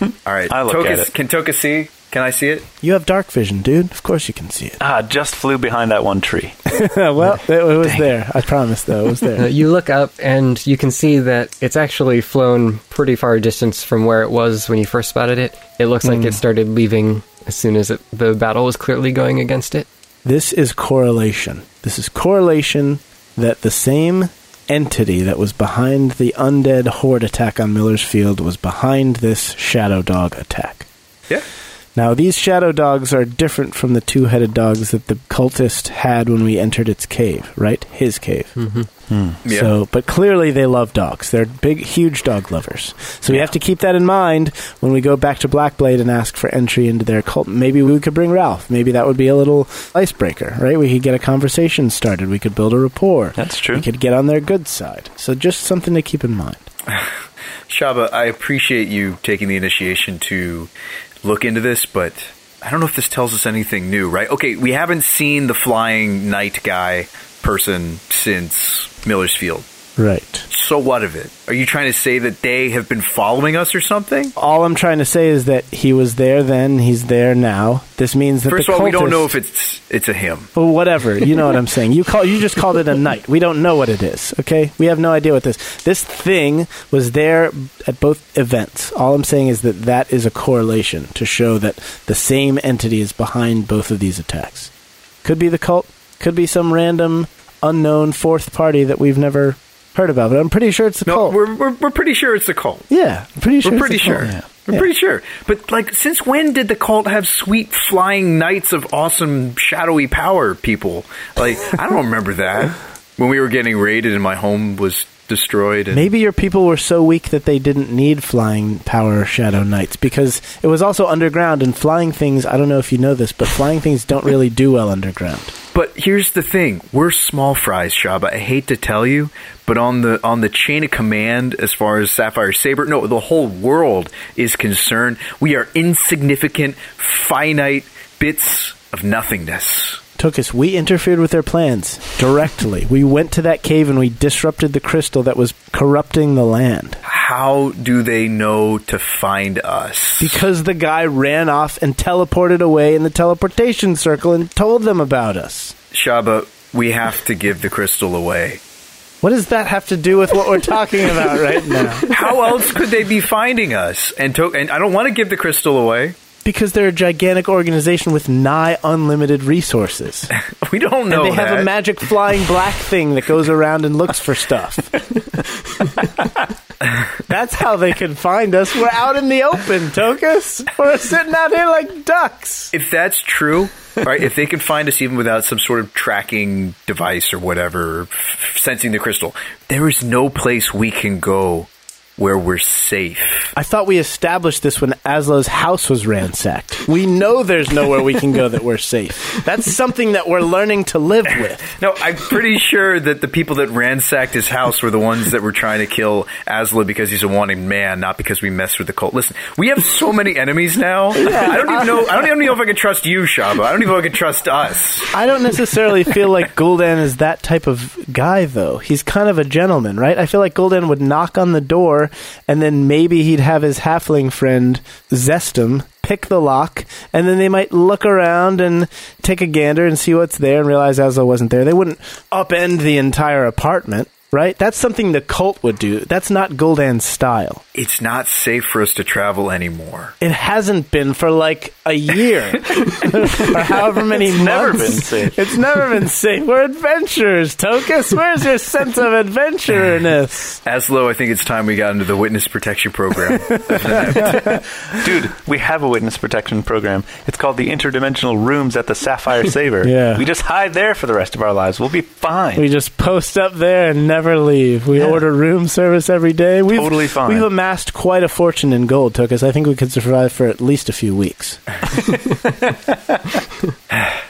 Speaker 5: All right.
Speaker 4: I look
Speaker 5: Tokus,
Speaker 4: at it.
Speaker 5: Can Tokus see? Can I see it?
Speaker 3: You have dark vision, dude. Of course you can see it.
Speaker 4: Ah, just flew behind that one tree.
Speaker 3: Uh, well, it, it was there. I promise, though. It was
Speaker 2: Uh,
Speaker 3: there.
Speaker 2: you look up and you can see that it's actually flown pretty far distance from where it was when you first spotted it. It looks like it started leaving as soon as it, the battle was clearly going against it.
Speaker 3: This is correlation. This is correlation that the same entity that was behind the undead horde attack on Miller's Field was behind this shadow dog attack.
Speaker 5: Yeah.
Speaker 3: Now, these shadow dogs are different from the two headed dogs that the cultist had when we entered its cave, right? His cave.
Speaker 5: Yeah.
Speaker 3: So, but clearly they love dogs. They're big, huge dog lovers. So we have to keep that in mind when we go back to Blackblade and ask for entry into their cult. Maybe we could bring Ralph. Maybe that would be a little icebreaker, right? We could get a conversation started. We could build a rapport.
Speaker 4: That's true.
Speaker 3: We could get on their good side. So just something to keep in mind.
Speaker 5: Shaba, I appreciate you taking the initiation to look into this, but I don't know if this tells us anything new, right? Okay, we haven't seen the flying knight guy person since Miller's Field.
Speaker 3: Right.
Speaker 5: So what of it? Are you trying to say that they have been following us or something?
Speaker 3: All I'm trying to say is that he was there then, he's there now. This means that
Speaker 5: First
Speaker 3: the
Speaker 5: of all, we don't
Speaker 3: cultists-
Speaker 5: know if it's it's a him.
Speaker 3: Well, whatever. You know what I'm saying. You call. You just called it a night. We don't know what it is. Okay. We have no idea what this. This thing was there at both events. All I'm saying is that that is a correlation to show that the same entity is behind both of these attacks. Could be the cult. Could be some random unknown fourth party that we've never heard about. But I'm pretty sure it's the
Speaker 5: No,
Speaker 3: cult.
Speaker 5: we're, we're we're pretty sure it's a cult.
Speaker 3: yeah, I'm pretty sure.
Speaker 5: We're
Speaker 3: it's
Speaker 5: pretty
Speaker 3: the cult.
Speaker 5: sure. We're pretty sure. But like, since when did the cult have sweet flying knights of awesome shadowy power people? Like, I don't remember that when we were getting raided and my home was destroyed. And
Speaker 3: Maybe your people were so weak that they didn't need flying power shadow knights because it was also underground and flying things. I don't know if you know this, but flying things don't really do well underground.
Speaker 5: But here's the thing: we're small fries, Shaba. I hate to tell you, but on the on the chain of command, as far as Sapphire Saber, no, the whole world is concerned, we are insignificant, finite bits of nothingness.
Speaker 3: Tokus, we interfered with their plans directly. we went to that cave and we disrupted the crystal that was corrupting the land
Speaker 5: How do they know to find us?
Speaker 3: because the guy ran off and teleported away in the teleportation circle and told them about us.
Speaker 5: Shaba, we have to give the crystal away.
Speaker 3: What does that have to do with what we're talking about right now?
Speaker 5: How else could they be finding us? And to- and I don't want to give the crystal away.
Speaker 3: Because they're a gigantic organization with nigh unlimited resources.
Speaker 5: We don't know
Speaker 3: and they have
Speaker 5: that.
Speaker 3: a magic flying black thing that goes around and looks for stuff. That's how they can find us. We're out in the open, Tokus. We're sitting out here like ducks.
Speaker 5: if that's true, all right, if they can find us even without some sort of tracking device or whatever, f- sensing the crystal, there is no place we can go where we're safe.
Speaker 3: I thought we established this when Asla's house was ransacked. We know there's nowhere we can go that we're safe. That's something that we're learning to live with.
Speaker 5: No, I'm pretty sure that the people that ransacked his house were the ones that were trying to kill Asla because he's a wanted man, not because we messed with the cult. Listen, we have so many enemies now. I don't even know. I don't even know if I can trust you, Shaba. I don't even know if I can trust us.
Speaker 3: I don't necessarily feel like Gul'dan is that type of guy, though. He's kind of a gentleman, right? I feel like Gul'dan would knock on the door, and then maybe he'd have his halfling friend Zestum pick the lock, and then they might look around and take a gander and see what's there, and realize Asla wasn't there. They wouldn't upend the entire apartment, right? That's something the cult would do. That's not Gul'dan's style.
Speaker 5: It's not safe for us to travel anymore.
Speaker 3: It hasn't been for like a year or however many months.
Speaker 4: never been safe.
Speaker 3: It's never been safe. We're adventurers, Tokus. Where's your sense of adventureness?
Speaker 5: Aslo, I think it's time we got into the witness protection program.
Speaker 4: Dude, we have a witness protection program. It's called the Interdimensional Rooms at the Sapphire Saver.
Speaker 3: Yeah.
Speaker 4: We just hide there for the rest of our lives. We'll be fine.
Speaker 3: We just post up there and never leave. We order room service every day. We've,
Speaker 4: Totally fine.
Speaker 3: We've amassed quite a fortune in gold, Tokus. I think we could survive for at least a few weeks.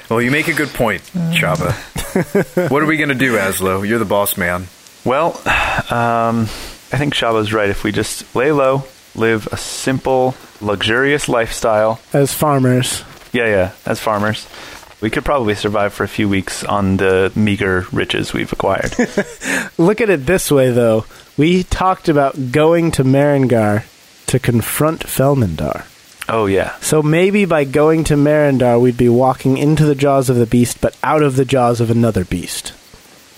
Speaker 5: well, you make a good point, Shaba. what are we going to do, Aslo? You're the boss man.
Speaker 4: Well, um, I think Shaba's right. If we just lay low, live a simple, luxurious lifestyle,
Speaker 3: As farmers,
Speaker 4: yeah, yeah, as farmers, we could probably survive for a few weeks on the meager riches we've acquired.
Speaker 3: Look at it this way, though. We talked about going to Marengar to confront Felmandar.
Speaker 4: oh, yeah.
Speaker 3: So maybe by going to Merendar, we'd be walking into the jaws of the beast, but out of the jaws of another beast.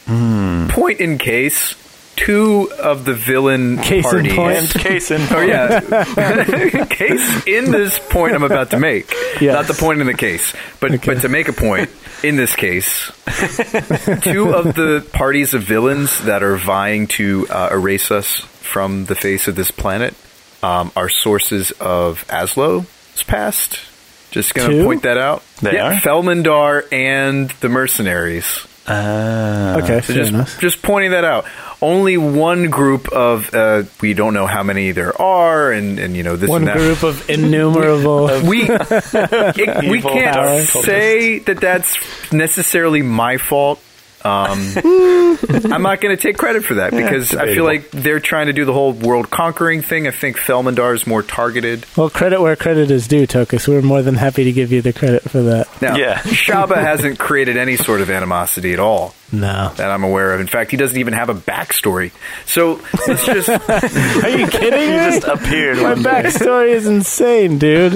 Speaker 5: Point in case, two of the villain
Speaker 3: Case in
Speaker 5: party.
Speaker 3: point.
Speaker 4: And case in
Speaker 5: Oh yeah. case in this point I'm about to make.
Speaker 3: Yes.
Speaker 5: Not the point in the case, but but to make a point in this case, two of the parties of villains that are vying to uh, erase us from the face of this planet um, are sources of Aslo's past. Just going
Speaker 3: Two?
Speaker 5: to point that out.
Speaker 4: They are?
Speaker 5: yeah, Felmandar and the mercenaries.
Speaker 3: okay,
Speaker 5: Uh, So
Speaker 3: fair
Speaker 5: just
Speaker 3: enough.
Speaker 5: just pointing that out. Only one group of uh, we don't know how many there are, and, and you know this
Speaker 3: One
Speaker 5: and that.
Speaker 3: group of innumerable.
Speaker 5: We it- we
Speaker 4: Evil
Speaker 5: can't
Speaker 4: dark
Speaker 5: say that that's necessarily my fault. Um, I'm not going to take credit for that because I feel
Speaker 4: debatable.
Speaker 5: like they're trying to do the whole world conquering thing. I think Felmandar is more targeted.
Speaker 3: well, credit where credit is due, Tokus. We're more than happy to give you the credit for that.
Speaker 5: Now,
Speaker 4: Yeah.
Speaker 5: Shaba hasn't created any sort of animosity at all.
Speaker 3: No.
Speaker 5: That I'm aware of. In fact, he doesn't even have a backstory. So let's just
Speaker 3: Are you kidding
Speaker 4: You
Speaker 3: me?
Speaker 4: just appeared.
Speaker 3: My
Speaker 4: one day.
Speaker 3: backstory is insane, dude.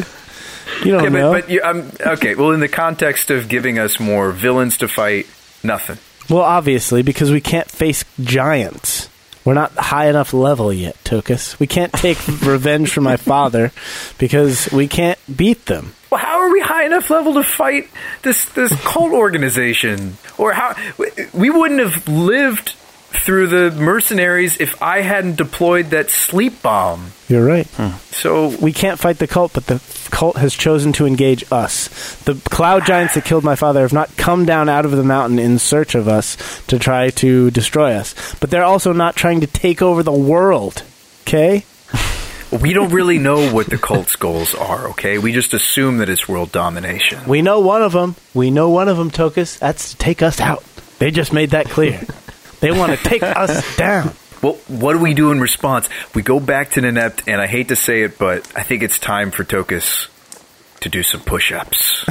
Speaker 3: You don't
Speaker 5: Yeah,
Speaker 3: know.
Speaker 5: but, but you, um, okay. Well, in the context of giving us more villains to fight, nothing.
Speaker 3: well, obviously, because we can't face giants. We're not high enough level yet, Tokus. We can't take revenge from my father because we can't beat them.
Speaker 5: Well, how are we high enough level to fight this this cult organization? Or how we- we wouldn't have lived through the mercenaries if I hadn't deployed that sleep bomb.
Speaker 3: You're right.
Speaker 5: Hmm. So
Speaker 3: we can't fight the cult, but the cult has chosen to engage us. The cloud giants that killed my father have not come down out of the mountain in search of us to try to destroy us, but they're also not trying to take over the world. Okay?
Speaker 5: we don't really know what the cult's goals are. Okay, we just assume that it's world domination.
Speaker 3: We know one of them. We know one of them, Tokus. That's to take us out. They just made that clear. they want to take us down.
Speaker 5: Well, what do we do in response? We go back to Nenept, and I hate to say it, but I think it's time for Tokus to do some push-ups.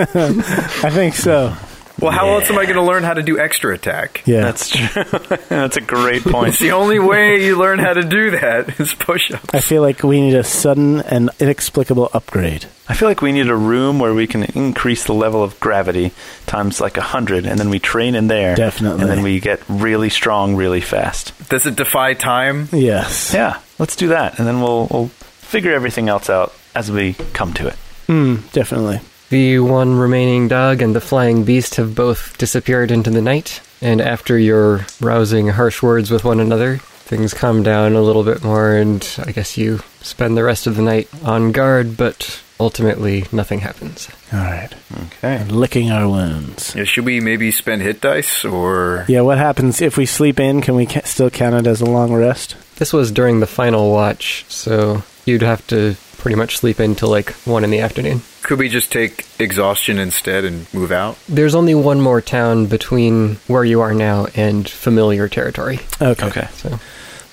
Speaker 3: I think so.
Speaker 5: Well, how else am I going to learn how to do extra attack?
Speaker 3: Yeah.
Speaker 4: That's true. That's a great point.
Speaker 5: It's the only way you learn how to do that is push
Speaker 3: I
Speaker 5: ups.
Speaker 3: feel like we need a sudden and inexplicable upgrade.
Speaker 4: I feel like we need a room where we can increase the level of gravity times like a hundred, and then we train in there.
Speaker 3: Definitely.
Speaker 4: And then we get really strong, really fast.
Speaker 5: Does it defy time?
Speaker 3: Yes.
Speaker 4: Yeah, let's do that, and then we'll we'll figure everything else out as we come to it.
Speaker 3: Hmm, Definitely.
Speaker 2: The one remaining dog and the flying beast have both disappeared into the night, and after your rousing harsh words with one another, things calm down a little bit more, and I guess you spend the rest of the night on guard, but ultimately nothing happens.
Speaker 3: All right.
Speaker 4: Okay.
Speaker 3: Licking our wounds.
Speaker 5: Yeah, should we maybe spend hit dice or
Speaker 3: Yeah, what happens if we sleep in? Can we ca- still count it as a long rest?
Speaker 2: This was during the final watch, so you'd have to pretty much sleep in till like 1 in the afternoon.
Speaker 5: Could we just take exhaustion instead and move out?
Speaker 2: There's only one more town between where you are now and familiar territory.
Speaker 3: Okay.
Speaker 4: Okay.
Speaker 2: So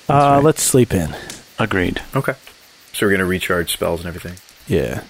Speaker 3: Uh, Let's sleep in.
Speaker 4: Agreed.
Speaker 5: Okay. So we're gonna recharge spells and everything.
Speaker 3: Yeah.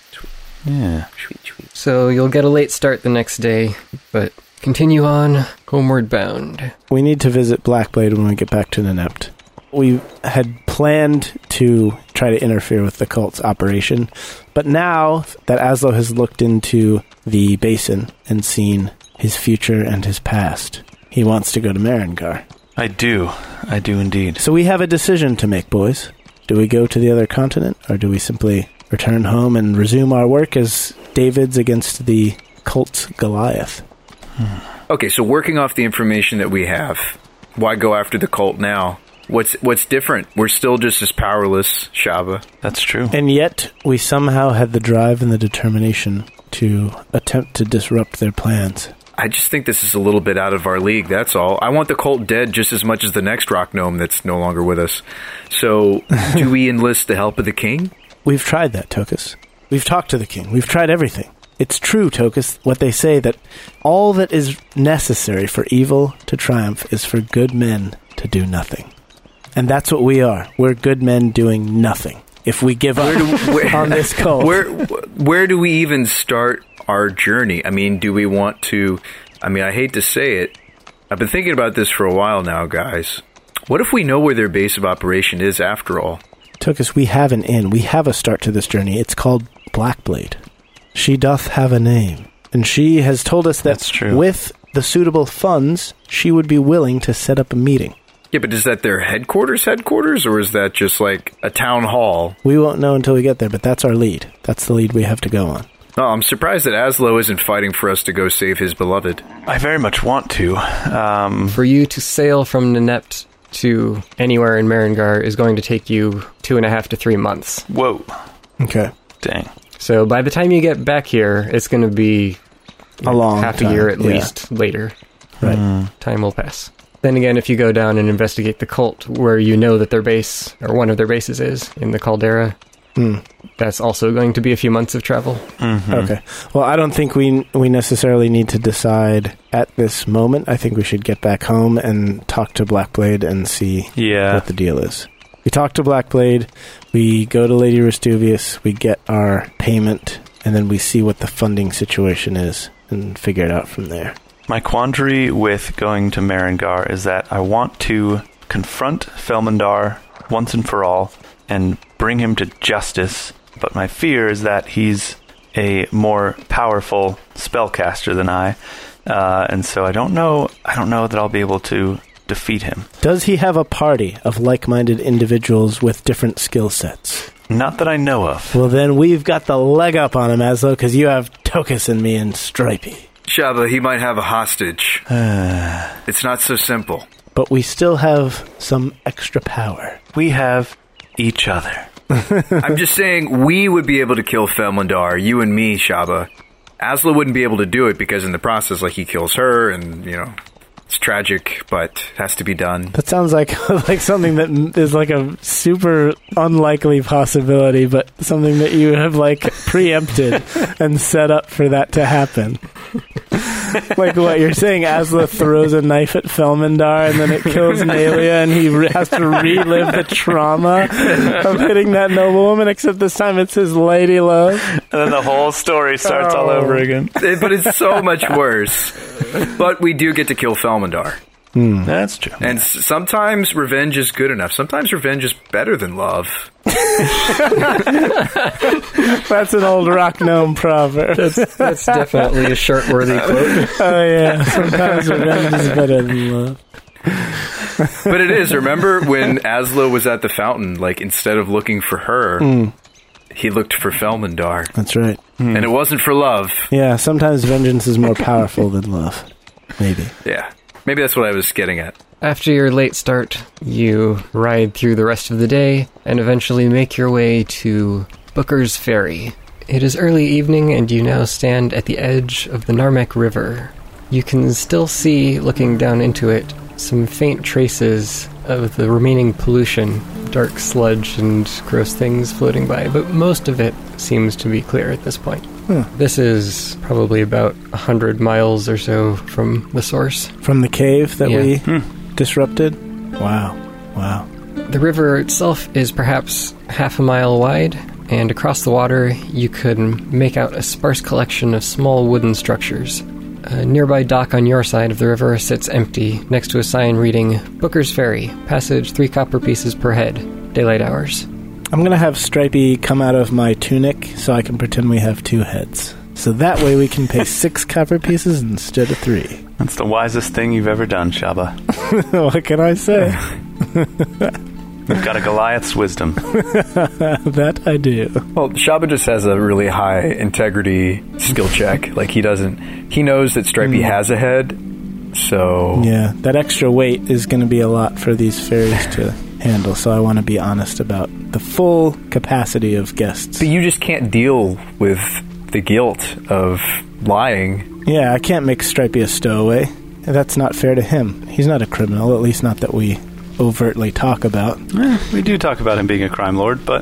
Speaker 4: Yeah.
Speaker 5: Sweet, sweet.
Speaker 2: so you'll get a late start the next day, but continue on homeward bound.
Speaker 3: We need to visit Blackblade when we get back to Nenept. We had planned to try to interfere with the cult's operation, but now that Aslo has looked into the basin and seen his future and his past, he wants to go to Marengar.
Speaker 4: I do. I do indeed.
Speaker 3: So we have a decision to make, boys. Do we go to the other continent, or do we simply return home and resume our work as Davids against the cult Goliath?
Speaker 5: Okay, so working off the information that we have, why go after the cult now? What's what's different? We're still just as powerless, Shaba.
Speaker 4: That's true.
Speaker 3: And yet, we somehow had the drive and the determination to attempt to disrupt their plans.
Speaker 5: I just think this is a little bit out of our league, that's all. I want the cult dead just as much as the next rock gnome that's no longer with us. So do we enlist the help of the king?
Speaker 3: We've tried that, Tokus. We've talked to the king. We've tried everything. It's true, Tokus, what they say that all that is necessary for evil to triumph is for good men to do nothing. And that's what we are. We're good men doing nothing. If we give up
Speaker 5: where-
Speaker 3: on this cult,
Speaker 5: Where where do we even start our journey? I mean, do we want to I mean, I hate to say it. I've been thinking about this for a while now, guys. What if we know where their base of operation is after all?
Speaker 3: Tokus, we have an end. We have a start to this journey. It's called Blackblade. She doth have a name, and she has told us that
Speaker 4: That's true.
Speaker 3: with the suitable funds, she would be willing to set up a meeting.
Speaker 5: Yeah, but is that their headquarters headquarters or is that just like a town hall?
Speaker 3: We won't know until we get there, but that's our lead. That's the lead we have to go on.
Speaker 5: Oh, I'm surprised that Aslo isn't fighting for us to go save his beloved.
Speaker 4: I very much want to. Um,
Speaker 2: For you to sail from Nenept to anywhere in Marengar is going to take you two and a half to three months.
Speaker 4: whoa.
Speaker 3: Okay,
Speaker 4: Dang.
Speaker 2: So by the time you get back here, it's going to be
Speaker 3: a long
Speaker 2: half
Speaker 3: time.
Speaker 2: a year at
Speaker 3: yeah.
Speaker 2: least later.
Speaker 3: Right.
Speaker 2: Time will pass. Then again, if you go down and investigate the cult where you know that their base, or one of their bases is, in the caldera,
Speaker 3: Hmm.
Speaker 2: that's also going to be a few months of travel.
Speaker 4: Mm-hmm.
Speaker 3: Okay. Well, I don't think we we necessarily need to decide at this moment. I think we should get back home and talk to Blackblade and see
Speaker 4: Yeah.
Speaker 3: what the deal is. We talk to Blackblade, we go to Lady Restuvius, we get our payment, and then we see what the funding situation is and figure it out from there.
Speaker 4: My quandary with going to Marengar is that I want to confront Felmandar once and for all and bring him to justice, but my fear is that he's a more powerful spellcaster than I, uh, and so I don't know. I don't know that I'll be able to defeat him.
Speaker 3: Does he have a party of like minded individuals with different skill sets?
Speaker 4: Not that I know of.
Speaker 3: Well, then we've got the leg up on him, Aslo, because you have Tokus and me and Stripey.
Speaker 5: Shaba, he might have a hostage. it's not so simple.
Speaker 3: But we still have some extra power.
Speaker 4: We have each other.
Speaker 5: I'm just saying we would be able to kill Felmondar, you and me, Shaba. Asla wouldn't be able to do it because in the process, like he kills her, and you know, it's tragic, but has to be done.
Speaker 3: That sounds like like something that m- is like a super unlikely possibility, but something that you have like preempted and set up for that to happen. like what you're saying, Asla throws a knife at Felmandar and then it kills Nalia, and he re- has to relive the trauma of hitting that noblewoman. Except this time, it's his lady love.
Speaker 4: And then the whole story starts all over again.
Speaker 5: It- Eh, but it's so much worse. But we do get to kill Felmondar,
Speaker 4: That's true.
Speaker 5: and s- sometimes revenge is good enough. Sometimes revenge is better than love.
Speaker 3: That's an old rock gnome proverb.
Speaker 2: That's definitely a shirt worthy quote.
Speaker 3: Oh yeah, sometimes revenge is better than love.
Speaker 5: But it is. Remember when Aslo was at the fountain? Like instead of looking for her, he looked for Felmondar,
Speaker 3: That's right.
Speaker 5: and it wasn't for love.
Speaker 3: Yeah, sometimes vengeance is more powerful than love. Maybe.
Speaker 5: Yeah, maybe that's what I was getting at.
Speaker 2: After your late start, you ride through the rest of the day and eventually make your way to Booker's Ferry. It is early evening, and you now stand at the edge of the Narmek River. You can still see, looking down into it, some faint traces of the remaining pollution dark sludge and gross things floating by, but most of it seems to be clear at this point.
Speaker 3: Huh.
Speaker 2: This is probably about 100 miles or so from the source.
Speaker 3: From the cave that
Speaker 2: Yeah.
Speaker 3: we
Speaker 4: Hmm.
Speaker 3: disrupted? Wow. Wow.
Speaker 2: The river itself is perhaps half a mile wide, and across the water you can make out a sparse collection of small wooden structures. A nearby dock on your side of the river sits empty, next to a sign reading Booker's Ferry, passage three copper pieces per head, daylight hours.
Speaker 3: I'm going to have Stripey come out of my tunic so I can pretend we have two heads. So that way we can pay six copper pieces instead of three.
Speaker 4: That's the wisest thing you've ever done, Shaba.
Speaker 3: what can I say?
Speaker 4: You've got a Goliath's wisdom.
Speaker 3: that I do.
Speaker 5: Well, Shaba just has a really high integrity skill check. Like he doesn't, he knows that Stripey has a head, so
Speaker 3: Hmm. Yeah, that extra weight is going to be a lot for these fairies to handle, so I want to be honest about the full capacity of guests.
Speaker 5: But you just can't deal with the guilt of lying.
Speaker 3: Yeah, I can't make Stripey a stowaway. That's not fair to him. He's not a criminal, at least not that we overtly talk about.
Speaker 4: Eh, we do talk about him being a crime lord, but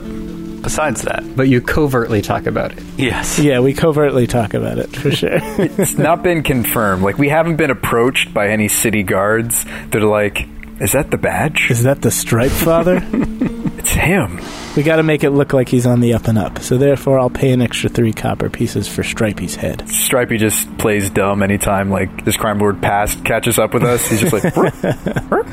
Speaker 4: besides that,
Speaker 2: But you covertly talk about it.
Speaker 4: yes.
Speaker 3: Yeah, we covertly talk about it, for sure.
Speaker 5: It's not been confirmed. Like we haven't been approached by any city guards that are like, "Is that the badge?
Speaker 3: is that the Stripe Father?
Speaker 5: It's him."
Speaker 3: we gotta make it look like he's on the up and up, so therefore I'll pay an extra three copper pieces for Stripey's head.
Speaker 5: Stripey just plays dumb anytime like this crime lord past catches up with us. He's just like, "Brr."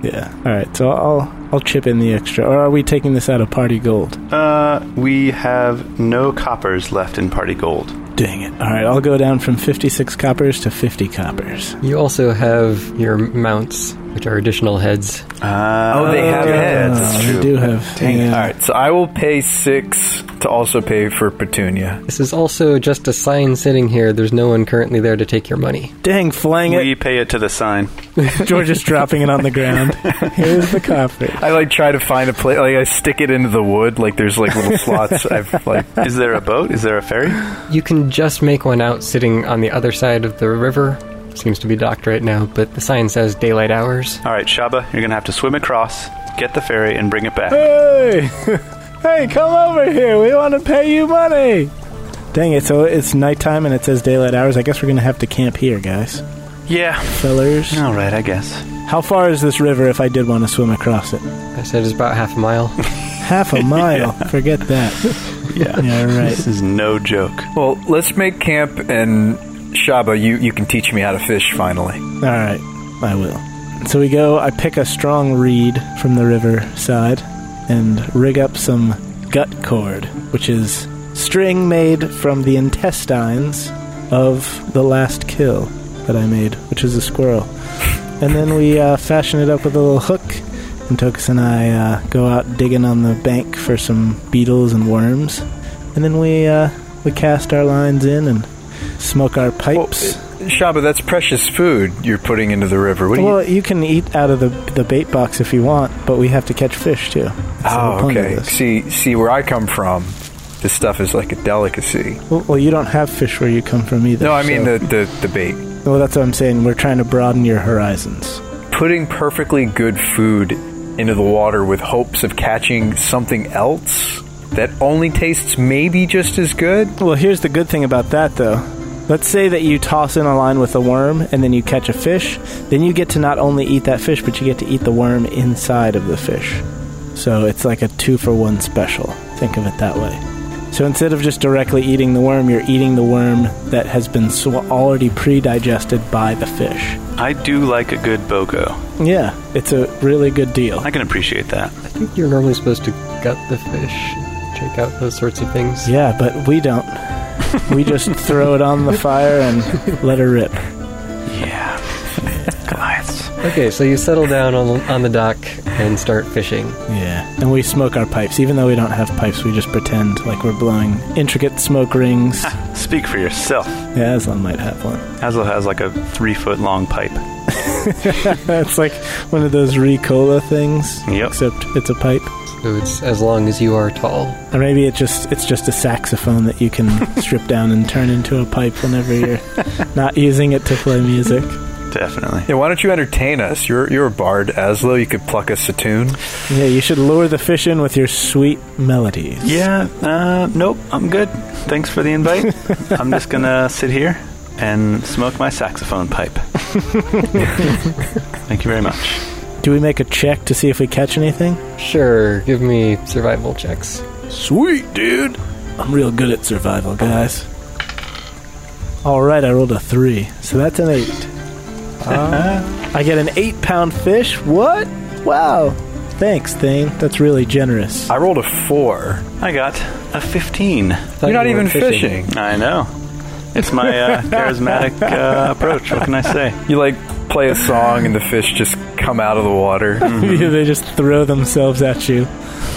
Speaker 3: Yeah. Alright, so I'll I'll chip in the extra. Or are we taking this out of party gold?
Speaker 4: Uh, we have no coppers left in party gold.
Speaker 3: Dang it. Alright, I'll go down from fifty six coppers to fifty coppers.
Speaker 2: You also have your mounts, which are additional heads.
Speaker 4: Uh,
Speaker 5: "Oh, they have
Speaker 4: yeah,
Speaker 5: heads."
Speaker 4: that's
Speaker 3: we
Speaker 4: true.
Speaker 3: do have
Speaker 5: Dang it.
Speaker 3: yeah.
Speaker 5: All right, so I will pay six to also pay for Petunia.
Speaker 2: This is also just a sign sitting here. There's no one currently there to take your money.
Speaker 3: Dang flying
Speaker 4: We pay it to the sign.
Speaker 3: it. George is dropping it on the ground. Here's the copper.
Speaker 5: I like try to find a place. Like I stick it into the wood. Like there's like little slots. I've like
Speaker 4: Is there a boat? Is there a ferry?
Speaker 2: You can just make one out sitting on the other side of the river. Seems to be docked right now, but the sign says daylight hours.
Speaker 4: All right, Shaba, you're gonna have to swim across, get the ferry, and bring it back.
Speaker 3: Hey! hey, come over here. We want to pay you money. Dang it. So it's nighttime and it says daylight hours. I guess we're going to have to camp here, guys.
Speaker 4: Yeah.
Speaker 3: Fellers.
Speaker 4: All right, I guess.
Speaker 3: How far is this river if I did want to swim across it?
Speaker 2: I said it's about half a mile.
Speaker 3: Half a mile. Forget that.
Speaker 4: Yeah.
Speaker 3: Yeah, right.
Speaker 4: This is no joke.
Speaker 5: Well, let's make camp and Shaba, you, you can teach me how to fish finally.
Speaker 3: All right. I will. So we go. I pick a strong reed from the river side and rig up some gut cord, which is string made from the intestines of the last kill that I made, which is a squirrel. And then we uh, fashion it up with a little hook, and Tokus and I uh, go out digging on the bank for some beetles and worms. And then we uh, we cast our lines in and smoke our pipes.
Speaker 5: Shaba, that's precious food you're putting into the river. What do
Speaker 3: well,
Speaker 5: you?
Speaker 3: you, can eat out of the the bait box if you want, but we have to catch fish too. So the
Speaker 5: Oh,
Speaker 3: point of
Speaker 5: okay.
Speaker 3: this-
Speaker 5: See, see where I come from. This stuff is like a delicacy.
Speaker 3: Well, well, you don't have fish where you come from either.
Speaker 5: No, I mean
Speaker 3: so-
Speaker 5: the, the the bait.
Speaker 3: well, that's what I'm saying. We're trying to broaden your horizons.
Speaker 5: Putting perfectly good food into the water with hopes of catching something else that only tastes maybe just as good.
Speaker 3: Well, here's the good thing about that though. Let's say that you toss in a line with a worm and then you catch a fish. Then you get to not only eat that fish, but you get to eat the worm inside of the fish. So it's like a two for one special. Think of it that way. So instead of just directly eating the worm, you're eating the worm that has been sw- already pre digested by the fish.
Speaker 4: I do like a good BOGO.
Speaker 3: Yeah, it's a really good deal.
Speaker 4: I can appreciate that.
Speaker 2: I think you're normally supposed to gut the fish, check out those sorts of things.
Speaker 3: Yeah, but we don't. We just throw it on the fire and let her rip.
Speaker 4: Yeah. Goliaths.
Speaker 2: Okay, so you settle down on, on the dock and start fishing.
Speaker 3: Yeah. And we smoke our pipes. Even though we don't have pipes, we just pretend like we're blowing intricate smoke rings.
Speaker 4: Speak for yourself.
Speaker 3: yeah, Aslan might have one.
Speaker 4: Hazel has like a three foot long pipe.
Speaker 3: it's like one of those Ricola things.
Speaker 4: Yep.
Speaker 3: Except it's a pipe.
Speaker 2: So it's as long as you are tall.
Speaker 3: Or maybe it just it's just a saxophone that you can strip down and turn into a pipe whenever you're not using it to play music.
Speaker 4: Definitely.
Speaker 5: Yeah, why don't you entertain us? You're you're a bard, Aslo. You could pluck us a tune.
Speaker 3: Yeah, you should lure the fish in with your sweet melodies.
Speaker 4: Yeah, uh, nope, I'm good. Thanks for the invite. I'm just gonna sit here and smoke my saxophone pipe. Thank you very much.
Speaker 3: Do we make a check to see if we catch anything?
Speaker 2: Sure, give me survival checks.
Speaker 3: Sweet, dude. I'm real good at survival, guys. All right, I rolled a three, so that's an eight. I get an eight-pound fish. What? Wow. Thanks, Thane. That's really generous.
Speaker 5: I rolled a four.
Speaker 4: I got a 15.
Speaker 2: Thought
Speaker 5: You're not
Speaker 2: you were
Speaker 5: even fishing.
Speaker 4: I know. It's my uh, charismatic uh, approach. What can I say?
Speaker 5: You like play a song and the fish just come out of the water.
Speaker 3: they just throw themselves at you,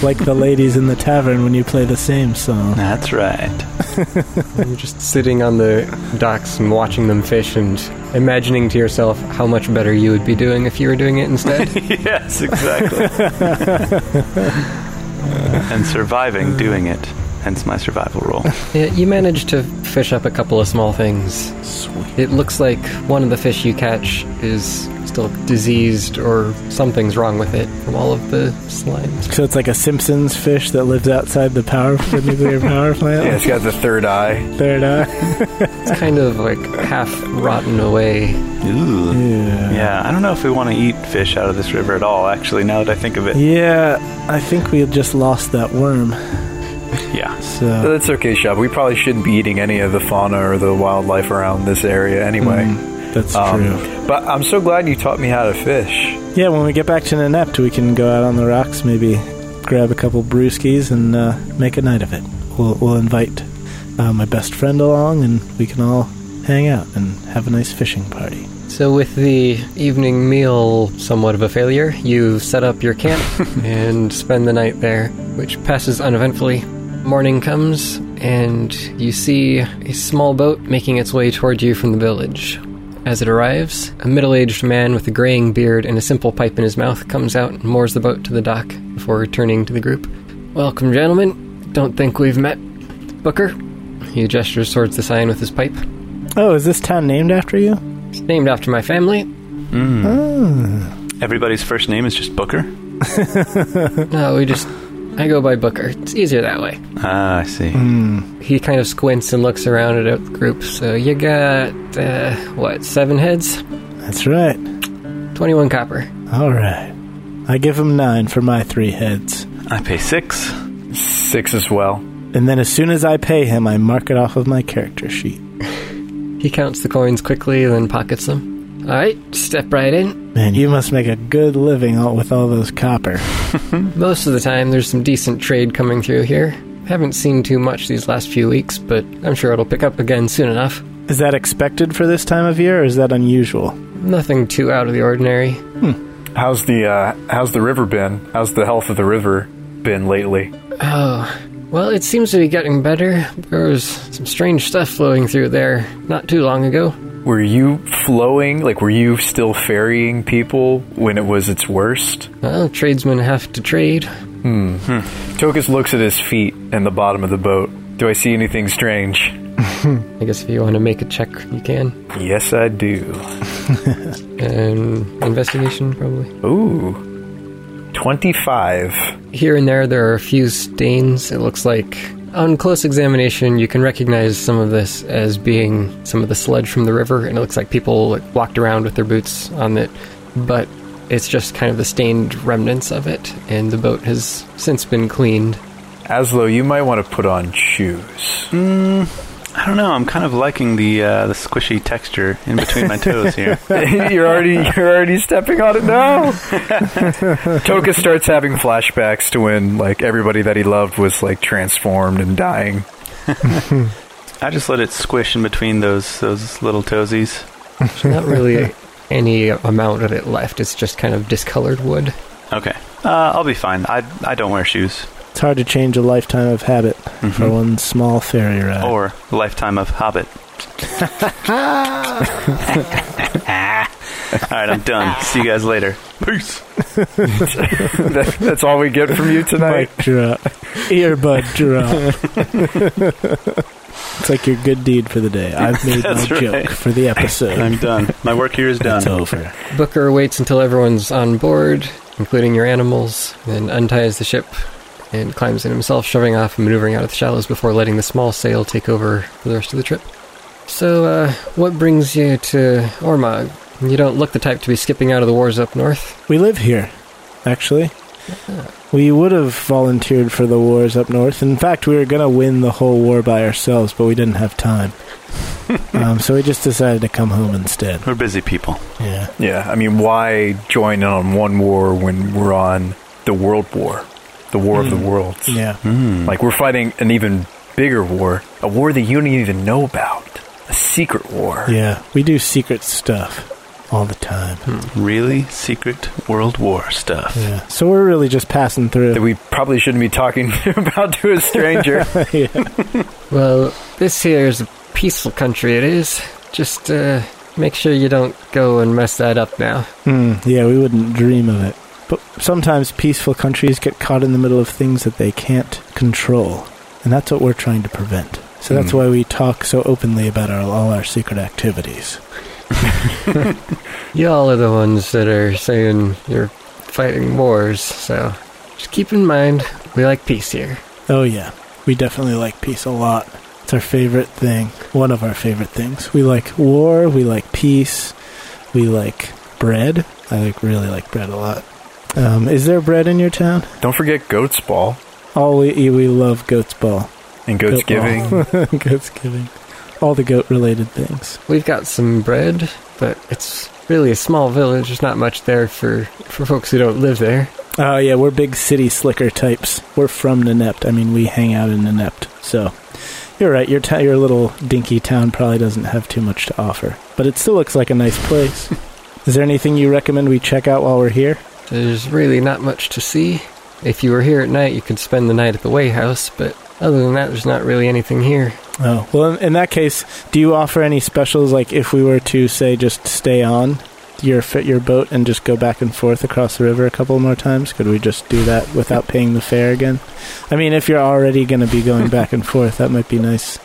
Speaker 3: like the ladies in the tavern when you play the same song.
Speaker 4: That's right.
Speaker 2: You're just sitting on the docks and watching them fish and imagining to yourself how much better you would be doing if you were doing it instead.
Speaker 4: yes, exactly. and surviving doing it. Hence my survival roll.
Speaker 2: yeah, you manage to fish up a couple of small things.
Speaker 3: Sweet.
Speaker 2: It looks like one of the fish you catch is still diseased or something's wrong with it from all of the slimes.
Speaker 3: So it's like a Simpsons fish that lives outside the power the nuclear power plant.
Speaker 5: yeah, it's got the third eye.
Speaker 3: Third eye.
Speaker 2: It's kind of like half rotten away.
Speaker 4: Ooh.
Speaker 3: Yeah.
Speaker 4: Yeah, I don't know if we want to eat fish out of this river at all, actually, now that I think of it.
Speaker 3: Yeah, I think we just lost that worm.
Speaker 4: Yeah.
Speaker 3: So
Speaker 5: That's okay, Shab. We probably shouldn't be eating any of the fauna or the wildlife around this area anyway.
Speaker 2: Mm,
Speaker 3: that's true.
Speaker 5: Um, but I'm so glad you taught me how to fish.
Speaker 3: Yeah, when we get back to Nenept, we can go out on the rocks, maybe grab a couple brewskis and uh, make a night of it. We'll, we'll invite uh, my best friend along, and we can all hang out and have a nice fishing party.
Speaker 2: So, with the evening meal somewhat of a failure, you set up your camp and spend the night there, which passes uneventfully. Morning comes, and you see a small boat making its way toward you from the village. As it arrives, a middle aged man with a graying beard and a simple pipe in his mouth comes out and moors the boat to the dock before returning to the group. Welcome, gentlemen. Don't think we've met. Booker? He gestures towards the sign with his pipe.
Speaker 3: Oh, is this town named after you?
Speaker 2: It's named after my family,
Speaker 4: Everybody's first name is just Booker?
Speaker 2: No, we just. I go by Booker. It's easier that way.
Speaker 4: Ah, I see.
Speaker 3: Mm.
Speaker 2: He kind of squints and looks around at the group. So you got, uh, what, seven heads?
Speaker 3: That's right.
Speaker 2: 21 copper.
Speaker 3: All right. I give him nine for my three heads.
Speaker 4: I pay six.
Speaker 5: Six as well.
Speaker 3: And then as soon as I pay him, I mark it off of my character sheet.
Speaker 2: He counts the coins quickly, then pockets them. Alright, step right in.
Speaker 3: Man, you must make a good living all with all those copper.
Speaker 2: Most of the time, there's some decent trade coming through here. Haven't seen too much these last few weeks, but I'm sure it'll pick up again soon enough.
Speaker 3: Is that expected for this time of year, or is that unusual?
Speaker 2: Nothing too out of the ordinary.
Speaker 5: How's the uh, how's the river been? How's the health of the river been lately?
Speaker 2: Oh, well, it seems to be getting better. There was some strange stuff flowing through there not too long ago.
Speaker 5: Were you flowing? Like, were you still ferrying people when it was its worst?
Speaker 2: Well, tradesmen have to trade.
Speaker 5: Tokus looks at his feet and the bottom of the boat. Do I see anything strange?
Speaker 2: I guess if you want to make a check, you can.
Speaker 5: Yes, I do.
Speaker 2: And Um, investigation, probably.
Speaker 5: Ooh. 25.
Speaker 2: Here and there, there are a few stains. It looks like, on close examination, you can recognize some of this as being some of the sludge from the river, and it looks like people like, walked around with their boots on it. But it's just kind of the stained remnants of it, and the boat has since been cleaned.
Speaker 5: Aslo, you might want to put on shoes.
Speaker 4: I don't know. I'm kind of liking the uh, the squishy texture in between my toes here.
Speaker 5: you're already you're already stepping on it now. Tokus starts having flashbacks to when like everybody that he loved was like transformed and dying.
Speaker 4: I just let it squish in between those those little toesies.
Speaker 2: Not really any amount of it left, it's just kind of discolored wood.
Speaker 4: Okay. Uh, I'll be fine. I I don't wear shoes
Speaker 3: It's hard to change a lifetime of habit
Speaker 6: Mm-hmm.
Speaker 3: for one small ferry ride.
Speaker 6: Oh,
Speaker 4: or lifetime of hobbit. All right, I'm done. See you guys later. Peace.
Speaker 5: That- that's all we get from you tonight.
Speaker 3: Mic drop. Earbud drop. It's like your good deed for the day. I've made my
Speaker 6: That's right.
Speaker 3: joke for the episode.
Speaker 6: I'm done. My work here is
Speaker 3: it's
Speaker 6: done.
Speaker 3: over.
Speaker 2: Booker waits until everyone's on board, including your animals, then unties the ship and climbs in himself, shoving off and maneuvering out of the shallows before letting the small sail take over for the rest of the trip. So, uh, what brings you to Ormog? You don't look the type to be skipping out of the wars up north.
Speaker 3: We live here, actually. We would have volunteered for the wars up north. In fact, we were going to win the whole war by ourselves, but we didn't have time. um, so we just decided to come home instead.
Speaker 6: We're busy people.
Speaker 3: Yeah.
Speaker 5: Yeah, I mean, why join in on one war when we're on the world war, the war of the worlds?
Speaker 3: Hmm. Yeah.
Speaker 6: Mm.
Speaker 5: Like we're fighting an even bigger war, a war that you don't even know about, a secret war.
Speaker 3: Yeah. We do secret stuff all the time.
Speaker 6: Hmm. Really secret World War stuff.
Speaker 3: Yeah. So we're really just passing through.
Speaker 5: That we probably shouldn't be talking about to a stranger.
Speaker 3: yeah.
Speaker 2: Well, this here is a peaceful country, it is. Just, uh, make sure you don't go and mess that up now.
Speaker 3: Mm, yeah, we wouldn't dream of it. But sometimes peaceful countries get caught in the middle of things that they can't control. And that's what we're trying to prevent. So that's why we talk so openly about our, all our secret activities.
Speaker 2: Y'all are the ones that are saying you're fighting wars, so just keep in mind we like peace here.
Speaker 3: Oh, yeah. We definitely like peace a lot. It's our favorite thing. One of our favorite things. We like war. We like peace. We like bread. I like really like bread a lot. Um, is there bread in your town?
Speaker 5: don't forget Goat's Ball
Speaker 3: Oh, we, we love goat's ball.
Speaker 5: and Goat's Giving.
Speaker 3: Giving. goat's Giving. All the goat related things.
Speaker 2: We've got some bread, but it's really a small village. There's not much there for, for folks who don't live there.
Speaker 3: Oh, yeah, we're big city slicker types. We're from Nenept. I mean, we hang out in Nenept. So, you're right. Your, ta- your little dinky town probably doesn't have too much to offer. But it still looks like a nice place. Is there anything you recommend we check out while we're here?
Speaker 2: There's really not much to see. If you were here at night, you could spend the night at the Way House, but other than that, there's not really anything here.
Speaker 3: Oh, well, in, in that case, do you offer any specials? Like, if we were to, say, just stay on your, fit your boat and just go back and forth across the river a couple more times, could we just do that without paying the fare again? I mean, if you're already going to be going back and forth, that might be nice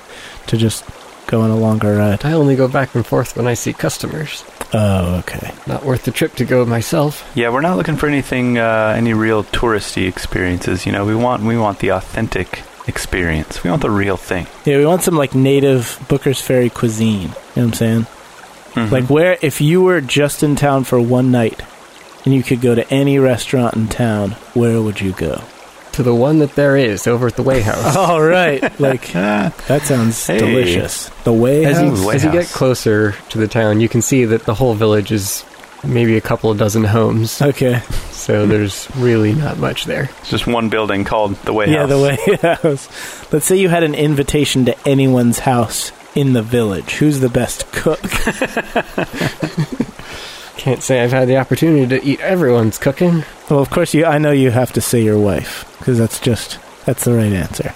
Speaker 3: to just go on a longer ride.
Speaker 2: I only go back and forth when I see customers.
Speaker 3: Oh, okay.
Speaker 2: Not worth the trip to go myself.
Speaker 6: Yeah, we're not looking for anything, uh, any real touristy experiences. You know, we want we want the authentic experience. We want the real thing.
Speaker 3: Yeah, we want some, like, native Booker's Ferry cuisine. You know what I'm saying?
Speaker 6: Mhm.
Speaker 3: Like, where, if you were just in town for one night and you could go to any restaurant in town, where would you go?
Speaker 2: To the one that there is over at the Way House.
Speaker 3: All right, like
Speaker 6: Ah,
Speaker 3: that sounds
Speaker 6: Hey.
Speaker 3: delicious. The way
Speaker 2: As
Speaker 6: Ooh,
Speaker 2: you,
Speaker 6: White
Speaker 2: as you get
Speaker 6: House.
Speaker 2: closer to the town, you can see that the whole village is maybe a couple of dozen homes.
Speaker 3: okay,
Speaker 2: So there's really not much there.
Speaker 6: it's just one building called the Way
Speaker 3: yeah,
Speaker 6: House.
Speaker 3: the way house. Let's say you had an invitation to anyone's house in the village. Who's the best cook?
Speaker 2: Can't say I've had the opportunity to eat everyone's cooking.
Speaker 3: well, of course you. I know you have to say your wife because that's just that's the right answer.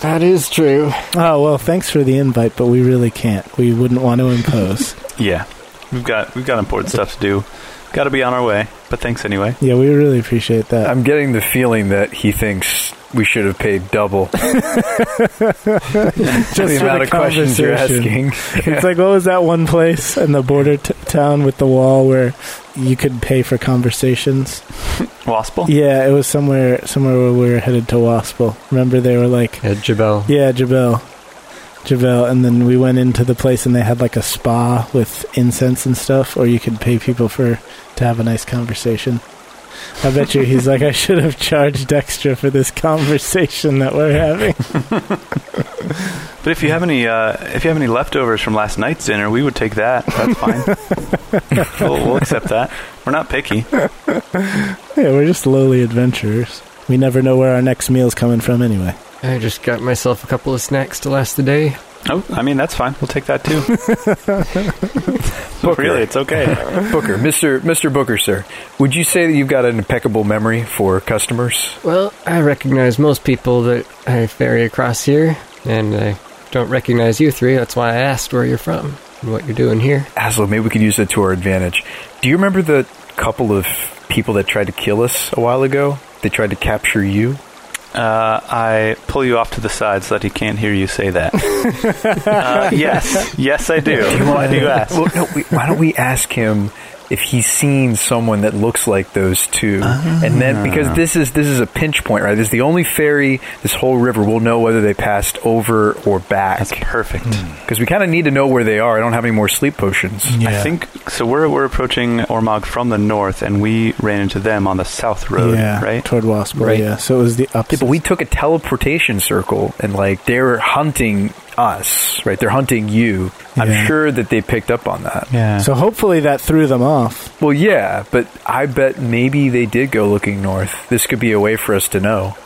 Speaker 2: That is true.
Speaker 3: Oh well, thanks for the invite, but we really can't. We wouldn't want to impose.
Speaker 6: Yeah, we've got we've got important stuff to do. Got to be on our way, but thanks anyway.
Speaker 3: yeah, we really appreciate that.
Speaker 5: I'm getting the feeling that he thinks we should have paid double
Speaker 3: Just
Speaker 5: the
Speaker 3: for
Speaker 5: amount
Speaker 3: the
Speaker 5: of questions you're asking.
Speaker 3: conversation. It's like what was that one place in the border t- town with the wall where you could pay for conversations?
Speaker 6: Waspel.
Speaker 3: Yeah, it was somewhere somewhere where we were headed to Waspel. Remember they were like,
Speaker 2: At Jabel.
Speaker 3: yeah, Jabel. Jabel, and then we went into the place and they had like a spa with incense and stuff, or you could pay people for to have a nice conversation. I bet you he's like, I should have charged extra for this conversation that we're having.
Speaker 6: But if you have any uh, if you have any leftovers from last night's dinner, we would take that. That's fine. we'll, we'll accept that. We're not picky.
Speaker 3: yeah, we're just lowly adventurers. We never know where our next meal's coming from anyway.
Speaker 2: I just got myself a couple of snacks to last the day.
Speaker 6: Oh, I mean that's fine. We'll take that too.
Speaker 5: Booker.
Speaker 6: really, it's okay.
Speaker 5: Booker, Mr. Mr. Booker, sir, would you say that you've got an impeccable memory for customers?
Speaker 2: Well, I recognize most people that I ferry across here, and I don't recognize you three. That's why I asked where you're from and what you're doing here.
Speaker 5: Aslo, maybe we could use that to our advantage. Do you remember the couple of people that tried to kill us a while ago? They tried to capture you.
Speaker 6: Uh, I pull you off to the side so that he can't hear you say that. uh, yes, yes, I do. Why do you ask?
Speaker 5: Well, no, we, why don't we ask him if he's seen someone that looks like those two, and then because this is this is a pinch point, right? This is the only ferry this whole river will know whether they passed over or
Speaker 6: That's
Speaker 5: back,
Speaker 6: perfect.
Speaker 5: because we kind of need to know where they are. I don't have any more sleep potions.
Speaker 6: I think so. We're we're approaching Ormog from the north, and we ran into them on the south road,
Speaker 3: yeah,
Speaker 6: right?
Speaker 3: toward Waspel.
Speaker 2: Right.
Speaker 3: Yeah, so it was the
Speaker 5: Yeah,
Speaker 3: opposite.
Speaker 5: but we took a teleportation circle, and like they're hunting us, right? They're hunting you.
Speaker 3: Yeah.
Speaker 5: I'm sure that they picked up on that.
Speaker 6: yeah.
Speaker 3: so hopefully that threw them off.
Speaker 5: Well, yeah, but I bet maybe they did go looking north. This could be a way for us to know.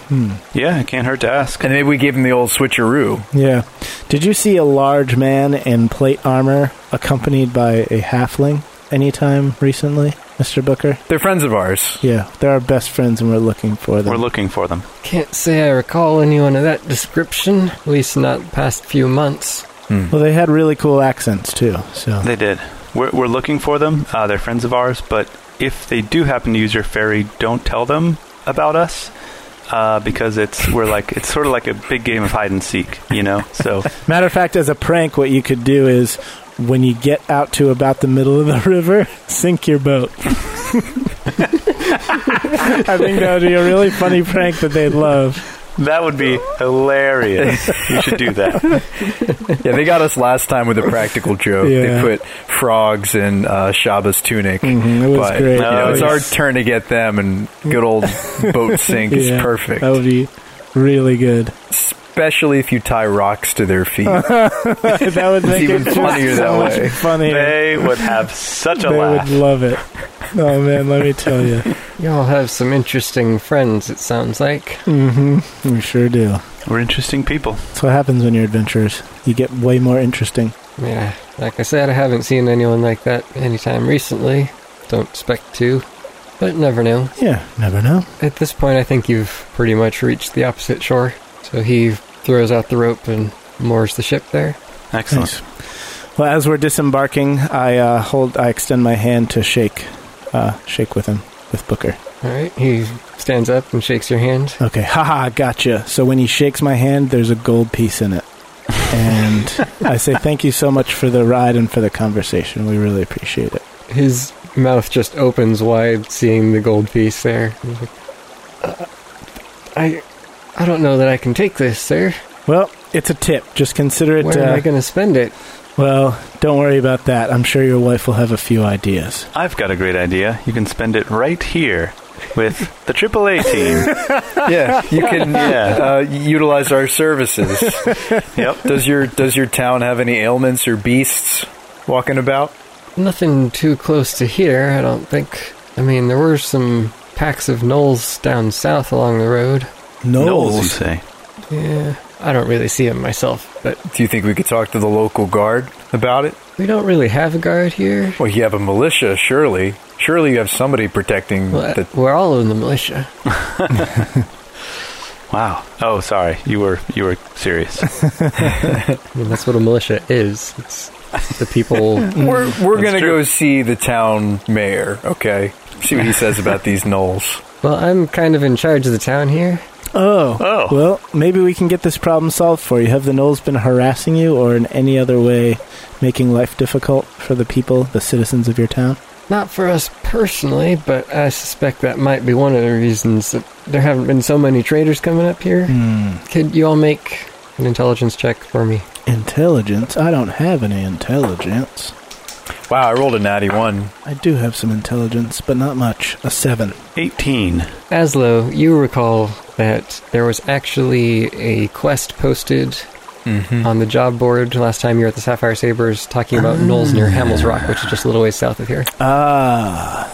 Speaker 6: yeah, it can't hurt to ask.
Speaker 5: And maybe we gave them the old switcheroo.
Speaker 3: Yeah. Did you see a large man in plate armor accompanied by a halfling anytime recently, Mr. Booker?
Speaker 5: They're friends of ours.
Speaker 3: Yeah, they're our best friends and we're looking for them.
Speaker 6: We're looking for them.
Speaker 2: Can't say I recall anyone of that description, at least not the past few months.
Speaker 3: well, they had really cool accents too, so.
Speaker 6: They did. We're, we're looking for them. Uh, they're friends of ours, but if they do happen to use your ferry, don't tell them about us. Uh, because it's we're like it's sort of like a big game of hide and seek, you know. So
Speaker 3: Matter of fact, as a prank, what you could do is when you get out to about the middle of the river, sink your boat. I think that would be a really funny prank that they'd love.
Speaker 6: that would be hilarious. you should do that.
Speaker 5: Yeah, they got us last time with a practical joke.
Speaker 3: Yeah.
Speaker 5: They put frogs in uh, Shaba's tunic.
Speaker 3: Mhm, it was
Speaker 5: Mm-hmm. but,
Speaker 3: great.
Speaker 5: You know,
Speaker 6: Oh,
Speaker 5: it's
Speaker 6: yes.
Speaker 5: our turn to get them, and good old boat sink is
Speaker 3: Yeah,
Speaker 5: perfect.
Speaker 3: That would be really good.
Speaker 5: Especially if you tie rocks to their feet.
Speaker 3: that would make
Speaker 5: even
Speaker 3: it just
Speaker 5: funnier
Speaker 3: so
Speaker 5: that
Speaker 3: much
Speaker 5: way.
Speaker 3: funnier.
Speaker 6: They would have such a
Speaker 3: They
Speaker 6: laugh.
Speaker 3: would love it. Oh man, let me tell you,
Speaker 2: Y'all have some interesting friends, it sounds like.
Speaker 3: we sure do.
Speaker 6: We're interesting people.
Speaker 3: That's what happens when you're adventurers. You get way more interesting.
Speaker 2: Yeah, like I said, I haven't seen anyone like that anytime recently. Don't expect to, but never know.
Speaker 3: Yeah, never know.
Speaker 2: At this point, I think you've pretty much reached the opposite shore. So he throws out the rope and moors the ship there.
Speaker 6: Excellent.
Speaker 3: Well, as we're disembarking, I uh, hold, I extend my hand to shake, uh, shake with him, with Booker.
Speaker 2: All right, he stands up and shakes your hand.
Speaker 3: Okay, haha, gotcha. So when he shakes my hand, there's a gold piece in it, and I say thank you so much for the ride and for the conversation. We really appreciate it.
Speaker 2: His mouth just opens wide, seeing the gold piece there. He's like, "Uh, I, I don't know that I can take this, sir.
Speaker 3: Well, it's a tip. Just consider it.
Speaker 2: Where am
Speaker 3: uh,
Speaker 2: I going to spend it?
Speaker 3: well, don't worry about that. I'm sure your wife will have a few ideas.
Speaker 6: I've got a great idea. You can spend it right here with the AAA team.
Speaker 5: yeah, you can
Speaker 6: Yeah.
Speaker 5: uh, utilize our services.
Speaker 6: yep.
Speaker 5: Does your does your town have any ailments or beasts walking about?
Speaker 2: Nothing too close to here, I don't think. I mean, there were some packs of gnolls down south along the road.
Speaker 6: Knowles, you
Speaker 3: Knowles.
Speaker 6: say.
Speaker 2: Yeah, I don't really see them myself, but
Speaker 5: Do you think we could talk to the local guard about it?
Speaker 2: we don't really have a guard here.
Speaker 5: Well, you have a militia, surely. Surely you have somebody protecting
Speaker 2: Well,
Speaker 5: the.
Speaker 2: We're all in the militia.
Speaker 6: Wow. Oh, sorry. You were you were serious.
Speaker 2: I mean, that's what a militia is. It's the people.
Speaker 5: We're we're
Speaker 6: Mm, That's
Speaker 5: gonna
Speaker 6: true.
Speaker 5: go see the town mayor. Okay, see what he says about these gnolls.
Speaker 2: well, I'm kind of in charge of the town here.
Speaker 3: Oh.
Speaker 6: Oh.
Speaker 3: Well, maybe we can get this problem solved for you. Have the Knolls been harassing you or in any other way making life difficult for the people, the citizens of your town?
Speaker 2: Not for us personally, but I suspect that might be one of the reasons that there haven't been so many traders coming up here. Could you all make an intelligence check for me?
Speaker 3: Intelligence? I don't have any intelligence.
Speaker 5: Wow, I rolled a natty one.
Speaker 3: I do have some intelligence, but not much. A seven.
Speaker 6: 18.
Speaker 2: Aslo, you recall that there was actually a quest posted on the job board last time you were at the Sapphire Sabres talking about Knowles near Hamels Rock, which is just a little ways south of here.
Speaker 3: Ah.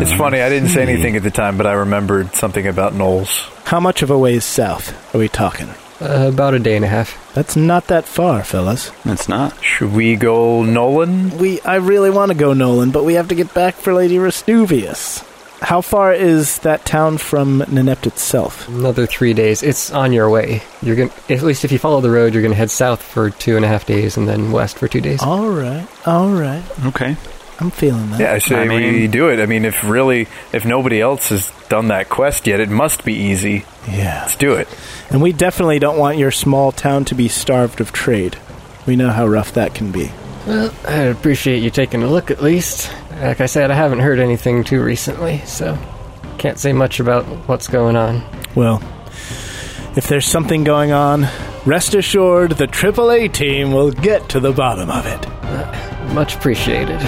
Speaker 5: It's
Speaker 6: Uh,
Speaker 5: funny. I didn't say anything at the time, but I remembered something about gnolls.
Speaker 3: How much of a ways south are we talking?
Speaker 2: Uh, about a day and a half.
Speaker 3: That's not that far, fellas.
Speaker 6: It's not.
Speaker 5: Should we go Nolan?
Speaker 3: We, I really want to go Nolan, but we have to get back for Lady Restuvius. How far is that town from Nenept itself?
Speaker 2: Another three days. It's on your way. You're gonna, at least if you follow the road, Oh, you're gonna head south for two and a half days and then west for two days.
Speaker 3: All right, all right.
Speaker 6: Okay.
Speaker 3: I'm feeling that.
Speaker 5: Yeah, I say
Speaker 6: I
Speaker 5: we
Speaker 6: mean-
Speaker 5: do it. I mean, if really, if nobody else has done that quest yet, it must be easy.
Speaker 3: Yeah.
Speaker 5: Let's do it.
Speaker 3: And we definitely don't want your small town to be starved of trade. We know how rough that can be.
Speaker 2: Well, I appreciate you taking a look at least. Like I said, I haven't heard anything too recently, so can't say much about what's going on.
Speaker 3: Well, if there's something going on, rest assured the AAA team will get to the bottom of it.
Speaker 2: Much appreciated.